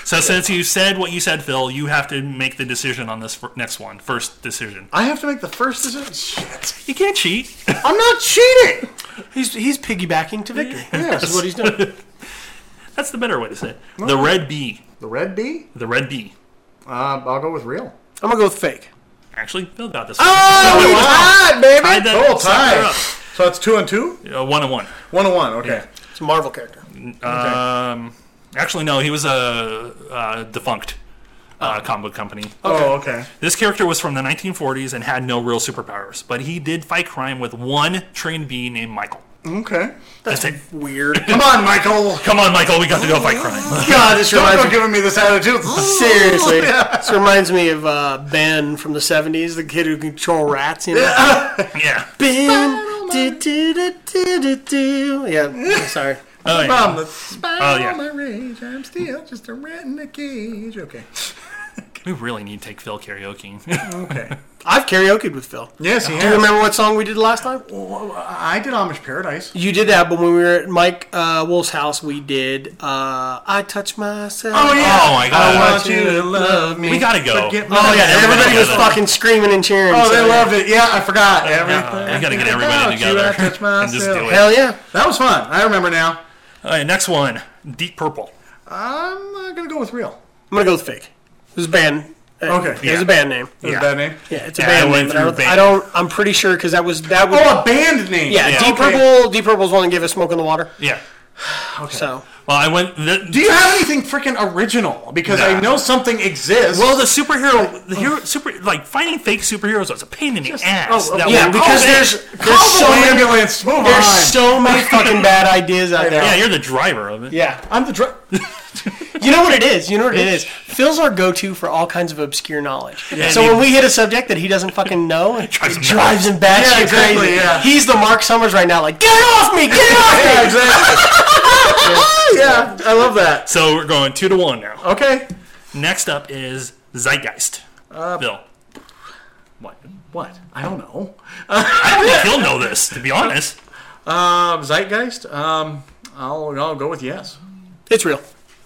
Speaker 3: So since you said what you said, Phil, you have to make the decision on this fir- next one, first decision.
Speaker 2: Oh,
Speaker 1: I have to make the first decision. Shit.
Speaker 3: You can't cheat.
Speaker 1: I'm not (laughs) cheating.
Speaker 2: (laughs) He's he's piggybacking to victory. This is what he's doing.
Speaker 3: (laughs) That's the better way to say it. The red bee.
Speaker 1: The red bee?
Speaker 3: The red bee.
Speaker 1: Uh, I'll go with real.
Speaker 2: (laughs) I'm gonna go with fake.
Speaker 3: Actually, Phil got this one.
Speaker 2: Oh, we tied, baby.
Speaker 3: Tied that
Speaker 1: Full
Speaker 3: sucker
Speaker 1: tie.
Speaker 3: up.
Speaker 1: So it's two and two?
Speaker 3: Uh, one and one.
Speaker 1: One and one, okay.
Speaker 2: It's a Marvel character.
Speaker 3: Um, actually, no, he was a uh, defunct uh, comic book company.
Speaker 1: Oh, okay.
Speaker 3: This character was from the 1940s and had no real superpowers, but he did fight crime with one trained bee named Michael.
Speaker 1: Okay.
Speaker 3: That's it.
Speaker 2: Weird.
Speaker 1: Come on, Michael.
Speaker 3: Come on, Michael, we got to go fight crime.
Speaker 2: (laughs)
Speaker 3: (laughs)
Speaker 2: God,
Speaker 1: (laughs)
Speaker 2: this
Speaker 1: Don't
Speaker 2: reminds
Speaker 1: go
Speaker 2: me.
Speaker 1: giving me this attitude.
Speaker 2: (laughs) Seriously, this reminds me of uh, Ben from the '70s, the kid who can control rats. You know. (laughs)
Speaker 3: yeah.
Speaker 1: (laughs)
Speaker 2: Been do, do, do, do, do, do. Yeah, sorry.
Speaker 3: Oh, yeah.
Speaker 1: (laughs) Mom, the spy
Speaker 3: Oh, yeah.
Speaker 1: on my rage. I'm still just a rat in a cage. Okay.
Speaker 3: We really need to take Phil karaoke. (laughs)
Speaker 1: Okay.
Speaker 2: I've karaokeed with Phil.
Speaker 1: Yes, he
Speaker 2: Do
Speaker 1: has.
Speaker 2: you remember what song we did last time?
Speaker 1: I did Amish Paradise.
Speaker 2: You did that, but when we were at Mike uh, Wolf's house, we did uh, I Touch Myself.
Speaker 3: Oh my
Speaker 1: I
Speaker 3: god.
Speaker 1: want you to love me.
Speaker 3: we gotta go.
Speaker 1: Forget my-
Speaker 2: Oh, yeah, everybody was
Speaker 3: Yeah.
Speaker 2: fucking screaming and cheering.
Speaker 1: Oh,
Speaker 2: so,
Speaker 1: they
Speaker 2: yeah.
Speaker 1: loved it. Yeah, I forgot. Everything.
Speaker 3: we gotta get everybody
Speaker 1: Without you, I
Speaker 3: together
Speaker 1: touch
Speaker 3: and just do
Speaker 1: myself.
Speaker 3: it.
Speaker 2: Hell yeah.
Speaker 1: That was fun. I remember now.
Speaker 3: All right, next one, Deep Purple.
Speaker 1: I'm uh, gonna go with real.
Speaker 2: I'm going to go with fake. This band
Speaker 1: Okay.
Speaker 2: It's a band name.
Speaker 1: Is that name?
Speaker 2: Yeah, it's a
Speaker 3: Yeah, I
Speaker 2: band
Speaker 3: went
Speaker 2: name. But I,
Speaker 3: through
Speaker 2: don't-
Speaker 3: band-
Speaker 2: I don't. I'm pretty sure because that was that was.
Speaker 1: Oh, a band name.
Speaker 2: yeah, Deep
Speaker 1: Okay.
Speaker 2: Purple. Deep Purple's one that gave us "Smoke in the Water."
Speaker 3: Yeah.
Speaker 2: So
Speaker 3: Well, I went. The,
Speaker 1: Do you have anything freaking original? Because I
Speaker 3: Nah.
Speaker 1: know something exists.
Speaker 3: well, the superhero, the hero, super like finding fake superheroes was a pain in the ass.
Speaker 1: oh,
Speaker 3: That
Speaker 1: yeah,
Speaker 3: was-
Speaker 2: because
Speaker 3: Oh,
Speaker 2: there's
Speaker 1: Call
Speaker 2: there's so
Speaker 1: the
Speaker 2: many,
Speaker 1: ambulance. Move
Speaker 2: there's
Speaker 1: on.
Speaker 2: so many fucking bad ideas out there.
Speaker 3: yeah, you're the driver of it.
Speaker 2: Yeah.
Speaker 1: I'm the dr-
Speaker 2: (laughs) You know what it is. You know what it is. Phil's our go-to for all kinds of obscure knowledge. so
Speaker 3: And he-
Speaker 2: when we hit a subject that he doesn't fucking know,
Speaker 1: (laughs)
Speaker 2: it
Speaker 3: drives him
Speaker 2: drives him batshit
Speaker 1: Yeah, exactly,
Speaker 2: crazy.
Speaker 1: yeah.
Speaker 2: He's the Mark Summers right now. Like, get off me! Get off me!
Speaker 1: Yeah, exactly.
Speaker 2: (laughs)
Speaker 1: yeah, I love that.
Speaker 3: So we're going two to one now.
Speaker 1: Okay.
Speaker 3: Next up is Zeitgeist. Bill. What?
Speaker 1: What? I don't know.
Speaker 3: I think he'll know this, to be honest.
Speaker 1: Um, Zeitgeist. Um, I'll I'll go with yes.
Speaker 2: It's real.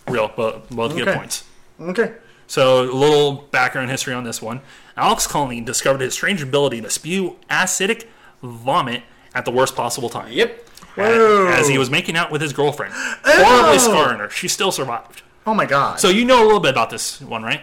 Speaker 3: Real, but both get
Speaker 1: Okay.
Speaker 3: points.
Speaker 1: Okay.
Speaker 3: So a little background history on this one. Alex Colony discovered his strange ability to spew acidic vomit at the worst possible time.
Speaker 2: Yep.
Speaker 1: Whoa.
Speaker 3: As he was making out with his girlfriend, horribly scarring her. She still survived.
Speaker 1: Oh my god.
Speaker 3: So you know a little bit about this one, right?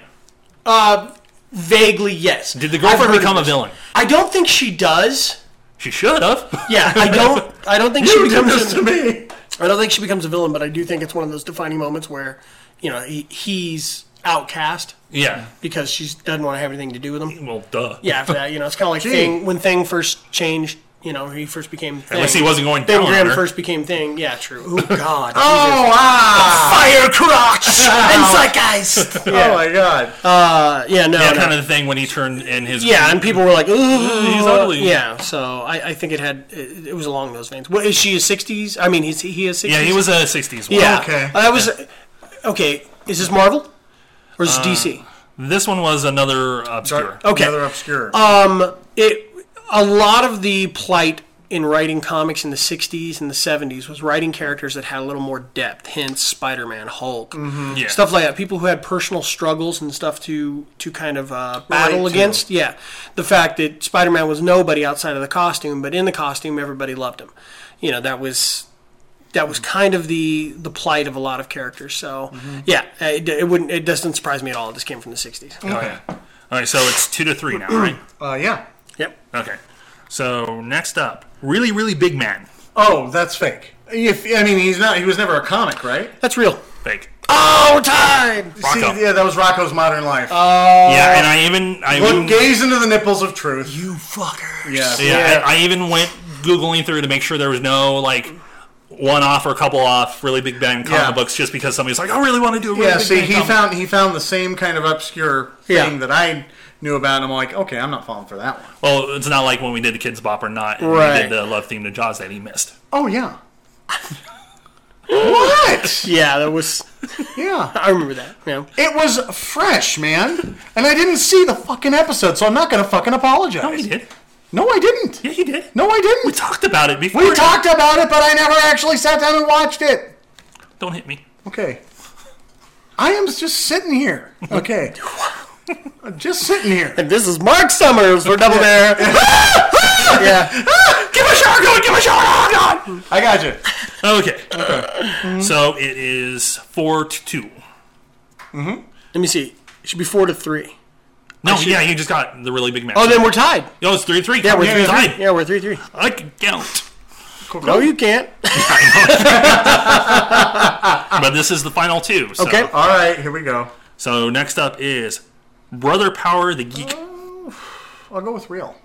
Speaker 2: Vaguely, yes.
Speaker 3: Did the
Speaker 2: I've
Speaker 3: girlfriend
Speaker 2: heard of
Speaker 3: become a
Speaker 2: this.
Speaker 3: villain?
Speaker 2: I don't think she does.
Speaker 3: She should have.
Speaker 2: Yeah,
Speaker 3: (laughs)
Speaker 2: I don't. I don't think she
Speaker 1: (laughs) you did
Speaker 2: becomes.
Speaker 1: this
Speaker 2: a-
Speaker 1: to me.
Speaker 2: I don't think she becomes a villain, but I do think it's one of those defining moments where, you know, he, he's outcast
Speaker 3: yeah.
Speaker 2: because she doesn't want to have anything to do with him.
Speaker 3: Well, duh.
Speaker 2: Yeah,
Speaker 3: (laughs)
Speaker 2: after that, you know, it's kind of like Thing when Thing first changed. You know, he first became. Thing.
Speaker 3: Unless he wasn't going
Speaker 2: Then
Speaker 3: down on
Speaker 2: Graham
Speaker 3: her.
Speaker 2: first became Thing. Yeah, true. (laughs) Oh God.
Speaker 1: Oh wow.
Speaker 2: Fire crotch and (laughs) zeitgeist.
Speaker 1: Oh my god.
Speaker 2: Uh, yeah, no,
Speaker 3: That
Speaker 2: no.
Speaker 3: kind of thing when he turned in his
Speaker 2: yeah, and people were like, "Ugh."
Speaker 3: He's ugly.
Speaker 2: Yeah, so I, I think it had it, it was along those veins. What is she? A sixties? I mean, he's he is sixties.
Speaker 3: Yeah, he was a '60s one.
Speaker 2: Yeah.
Speaker 1: Okay.
Speaker 2: I was okay. Is this Marvel or
Speaker 3: Uh,
Speaker 2: is this DC?
Speaker 3: This one was another obscure.
Speaker 2: Okay.
Speaker 1: Another obscure.
Speaker 2: It a lot of the plight in writing comics in the '60s and the '70s was writing characters that had a little more depth. Hence, Spider-Man, Hulk,
Speaker 1: Mm-hmm.
Speaker 3: Yeah.
Speaker 2: stuff like that. People who had personal struggles and stuff to to kind of uh, battle
Speaker 1: Relate to.
Speaker 2: against. Yeah, the fact that Spider-Man was nobody outside of the costume, but in the costume, everybody loved him. You know, that was that was kind of the the plight of a lot of characters. So
Speaker 1: Mm-hmm.
Speaker 2: yeah, uh, it, it wouldn't it doesn't surprise me at all. It just came from the '60s.
Speaker 3: Oh, yeah. All right, so it's two to three now, right?
Speaker 1: uh, yeah.
Speaker 2: Yep.
Speaker 3: Okay. So next up, really, really big man.
Speaker 1: Oh, that's fake. If I mean, he's not. He was never a comic, right?
Speaker 2: That's real.
Speaker 3: Fake.
Speaker 2: Oh, time.
Speaker 3: Rocco.
Speaker 1: See, yeah, that was Rocco's Modern Life.
Speaker 3: yeah, and I even I
Speaker 1: Look,
Speaker 3: even,
Speaker 1: gaze into the nipples of truth.
Speaker 2: You fucker.
Speaker 1: Yeah.
Speaker 3: yeah, I, I even went googling through to make sure there was no like one off or couple off really big bang comic
Speaker 1: Yeah.
Speaker 3: books just because somebody's like, I really want to do a really
Speaker 1: Yeah,
Speaker 3: big
Speaker 1: see,
Speaker 3: bang
Speaker 1: he
Speaker 3: comic.
Speaker 1: found he found the same kind of obscure thing
Speaker 2: Yeah.
Speaker 1: that I knew about, and I'm like, okay, I'm not falling for that one.
Speaker 3: well, it's not like when we did the Kids Bop or not, and we
Speaker 2: Right.
Speaker 3: did the love theme to Jaws that he missed.
Speaker 1: Oh yeah. what?
Speaker 2: Yeah, that was.
Speaker 1: (laughs) Yeah,
Speaker 2: I remember that. Yeah.
Speaker 1: it was fresh, man, and I didn't see the fucking episode, so I'm not gonna fucking apologize.
Speaker 3: No, Oh, he did.
Speaker 1: No, I didn't.
Speaker 3: Yeah, he did.
Speaker 1: No, I
Speaker 3: we
Speaker 1: didn't.
Speaker 3: talked about it before.
Speaker 1: We talked about it, but I never actually sat down and watched it.
Speaker 3: Don't hit me.
Speaker 1: Okay. I am just sitting
Speaker 3: (laughs)
Speaker 1: here. Okay. I'm just sitting here.
Speaker 2: And this is Mark Summers. We're double (laughs) there.
Speaker 1: (laughs)
Speaker 2: yeah.
Speaker 3: Give a shot, go! Give a shot, oh,
Speaker 1: I got you.
Speaker 3: Okay. So it is four to two.
Speaker 2: Let me see. It should be four to three.
Speaker 3: No, yeah, you just got the really big match.
Speaker 2: Oh, then we're tied.
Speaker 3: Yo, it's three to three.
Speaker 2: Yeah, we're three
Speaker 3: tied.
Speaker 2: three. Yeah, we're three three.
Speaker 3: I can count.
Speaker 2: No, you can't.
Speaker 3: But this is the final two. So.
Speaker 2: Ah. Okay.
Speaker 1: All right, here we go.
Speaker 3: So next up is Brother Power the Geek.
Speaker 1: I'll go with real.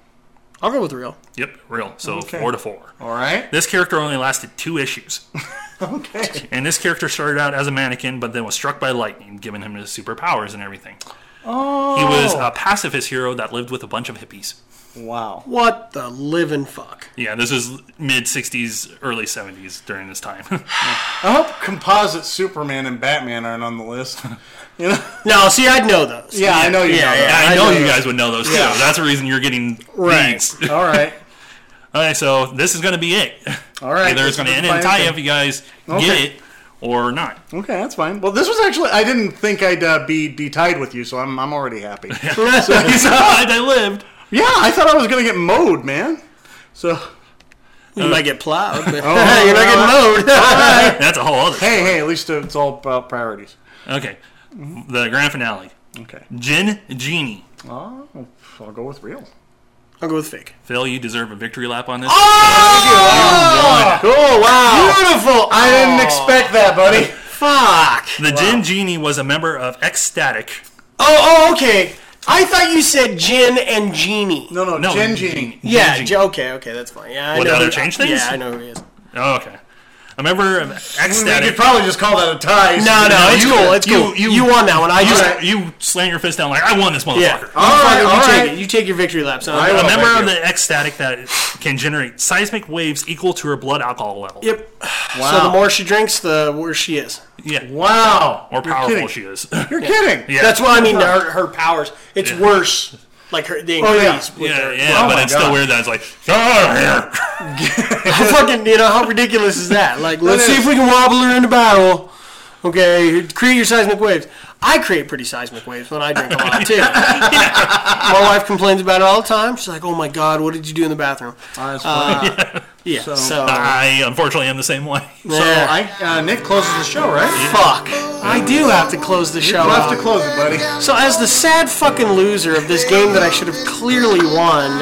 Speaker 2: I'll go with real.
Speaker 3: Yep, real. So
Speaker 1: Okay.
Speaker 3: four to four.
Speaker 1: All right.
Speaker 3: This character only lasted two
Speaker 2: (laughs)
Speaker 3: issues,
Speaker 1: (laughs) Okay.
Speaker 3: and this character started out as a mannequin, but then was struck by lightning, giving him his superpowers and everything. Oh. He was a pacifist hero that lived with a bunch of hippies.
Speaker 1: Wow.
Speaker 2: What the living fuck?
Speaker 3: Yeah, this is mid '60s, early '70s during this time. (laughs)
Speaker 1: I hope composite Superman and Batman aren't on the list. (laughs) You know?
Speaker 2: No, see, I'd know those.
Speaker 1: Yeah, I know you
Speaker 2: Yeah,
Speaker 1: know
Speaker 2: yeah,
Speaker 1: that.
Speaker 3: I
Speaker 2: I
Speaker 3: know
Speaker 2: know.
Speaker 3: you guys would know those too.
Speaker 1: Yeah.
Speaker 3: That's the reason you're getting
Speaker 2: Right.
Speaker 3: these.
Speaker 1: All right.
Speaker 3: Okay, so this is going to be it.
Speaker 1: All right.
Speaker 3: Either it's going to end in tie if you guys get
Speaker 1: Okay.
Speaker 3: it
Speaker 1: (laughs)
Speaker 3: or not. (laughs)
Speaker 1: Okay, that's fine. Well, this was actually, I didn't think I'd uh, be, be tied with you, so I'm, I'm already happy.
Speaker 3: I'm glad I lived.
Speaker 1: yeah, I thought I was going to get mowed, man. So,
Speaker 2: You might get plowed. (laughs) But
Speaker 1: Oh,
Speaker 2: you're not getting mowed.
Speaker 3: That's a whole other.
Speaker 1: hey, hey, at least it's all about priorities.
Speaker 3: Okay, the grand finale.
Speaker 1: Okay.
Speaker 3: Gin Genie.
Speaker 1: Oh, I'll go with real.
Speaker 2: (laughs) I'll go with fake.
Speaker 3: Phil, you deserve a victory lap on this.
Speaker 1: Oh, Cool.
Speaker 2: Oh,
Speaker 1: Wow. Beautiful. I didn't expect that, buddy. Fuck.
Speaker 3: the Gin Genie was a member of Ecstatic.
Speaker 2: Oh, oh, okay. I thought you said gin and genie.
Speaker 1: No, no,
Speaker 3: No,
Speaker 1: Gin
Speaker 3: Gin
Speaker 1: Genie.
Speaker 2: Yeah,
Speaker 3: Gin
Speaker 2: Ge- okay, okay, that's fine. Yeah, I
Speaker 3: Would
Speaker 2: know.
Speaker 3: that
Speaker 2: who-
Speaker 3: have changed things?
Speaker 2: Yeah, I know who he is.
Speaker 3: Oh, okay. A member of
Speaker 1: We
Speaker 3: Ecstatic.
Speaker 1: could probably just call that a tie.
Speaker 2: No, no, it's cool. It's cool. You, won that one. I
Speaker 3: You,
Speaker 2: just
Speaker 3: you slam your fist down like, I won this motherfucker.
Speaker 2: yeah.
Speaker 1: All right,
Speaker 2: you
Speaker 1: all
Speaker 2: take
Speaker 1: right.
Speaker 2: it. You take your victory lap. Son.
Speaker 1: I will.
Speaker 3: A
Speaker 1: Oh,
Speaker 3: member
Speaker 1: thank
Speaker 3: of
Speaker 1: you.
Speaker 3: the ecstatic that can generate seismic waves equal to her blood alcohol level.
Speaker 2: Yep. So the
Speaker 1: Wow.
Speaker 2: more she drinks, the worse she is.
Speaker 3: Yeah.
Speaker 1: Wow.
Speaker 3: Or
Speaker 1: You're
Speaker 3: powerful
Speaker 1: kidding.
Speaker 3: she is. (laughs)
Speaker 1: You're kidding.
Speaker 3: Yeah.
Speaker 2: That's what I mean. Her, her powers. It's worse. Like her, they
Speaker 1: Oh,
Speaker 2: increase.
Speaker 1: yeah.
Speaker 2: with
Speaker 3: yeah,
Speaker 2: her.
Speaker 3: yeah,
Speaker 1: Oh
Speaker 3: but
Speaker 1: my
Speaker 3: it's
Speaker 1: God.
Speaker 3: still weird that it's like, "Get out of
Speaker 2: (laughs)
Speaker 3: here."
Speaker 2: fucking, you know, how ridiculous is (laughs) that? Like, let's
Speaker 1: That
Speaker 2: see
Speaker 1: is.
Speaker 2: if we can wobble her into battle. Okay, create your seismic waves. I create pretty seismic waves when I drink a lot (laughs) too. My wife complains about it all the time. She's like, "Oh my god, what did you do in the bathroom?"
Speaker 1: Oh, that's funny.
Speaker 2: Yeah. So, uh,
Speaker 1: So-
Speaker 3: I unfortunately am the same way.
Speaker 1: so
Speaker 2: yeah.
Speaker 1: I, uh, Nick closes the show, right?
Speaker 2: fuck. I do have to close the show.
Speaker 1: You have
Speaker 2: out.
Speaker 1: to close it, buddy.
Speaker 2: So, as the sad fucking loser of this game that I should have clearly won,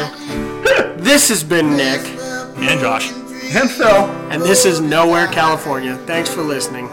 Speaker 2: this has been Nick,
Speaker 3: And Josh.
Speaker 1: And so.
Speaker 2: and this is Nowhere, California. Thanks for listening.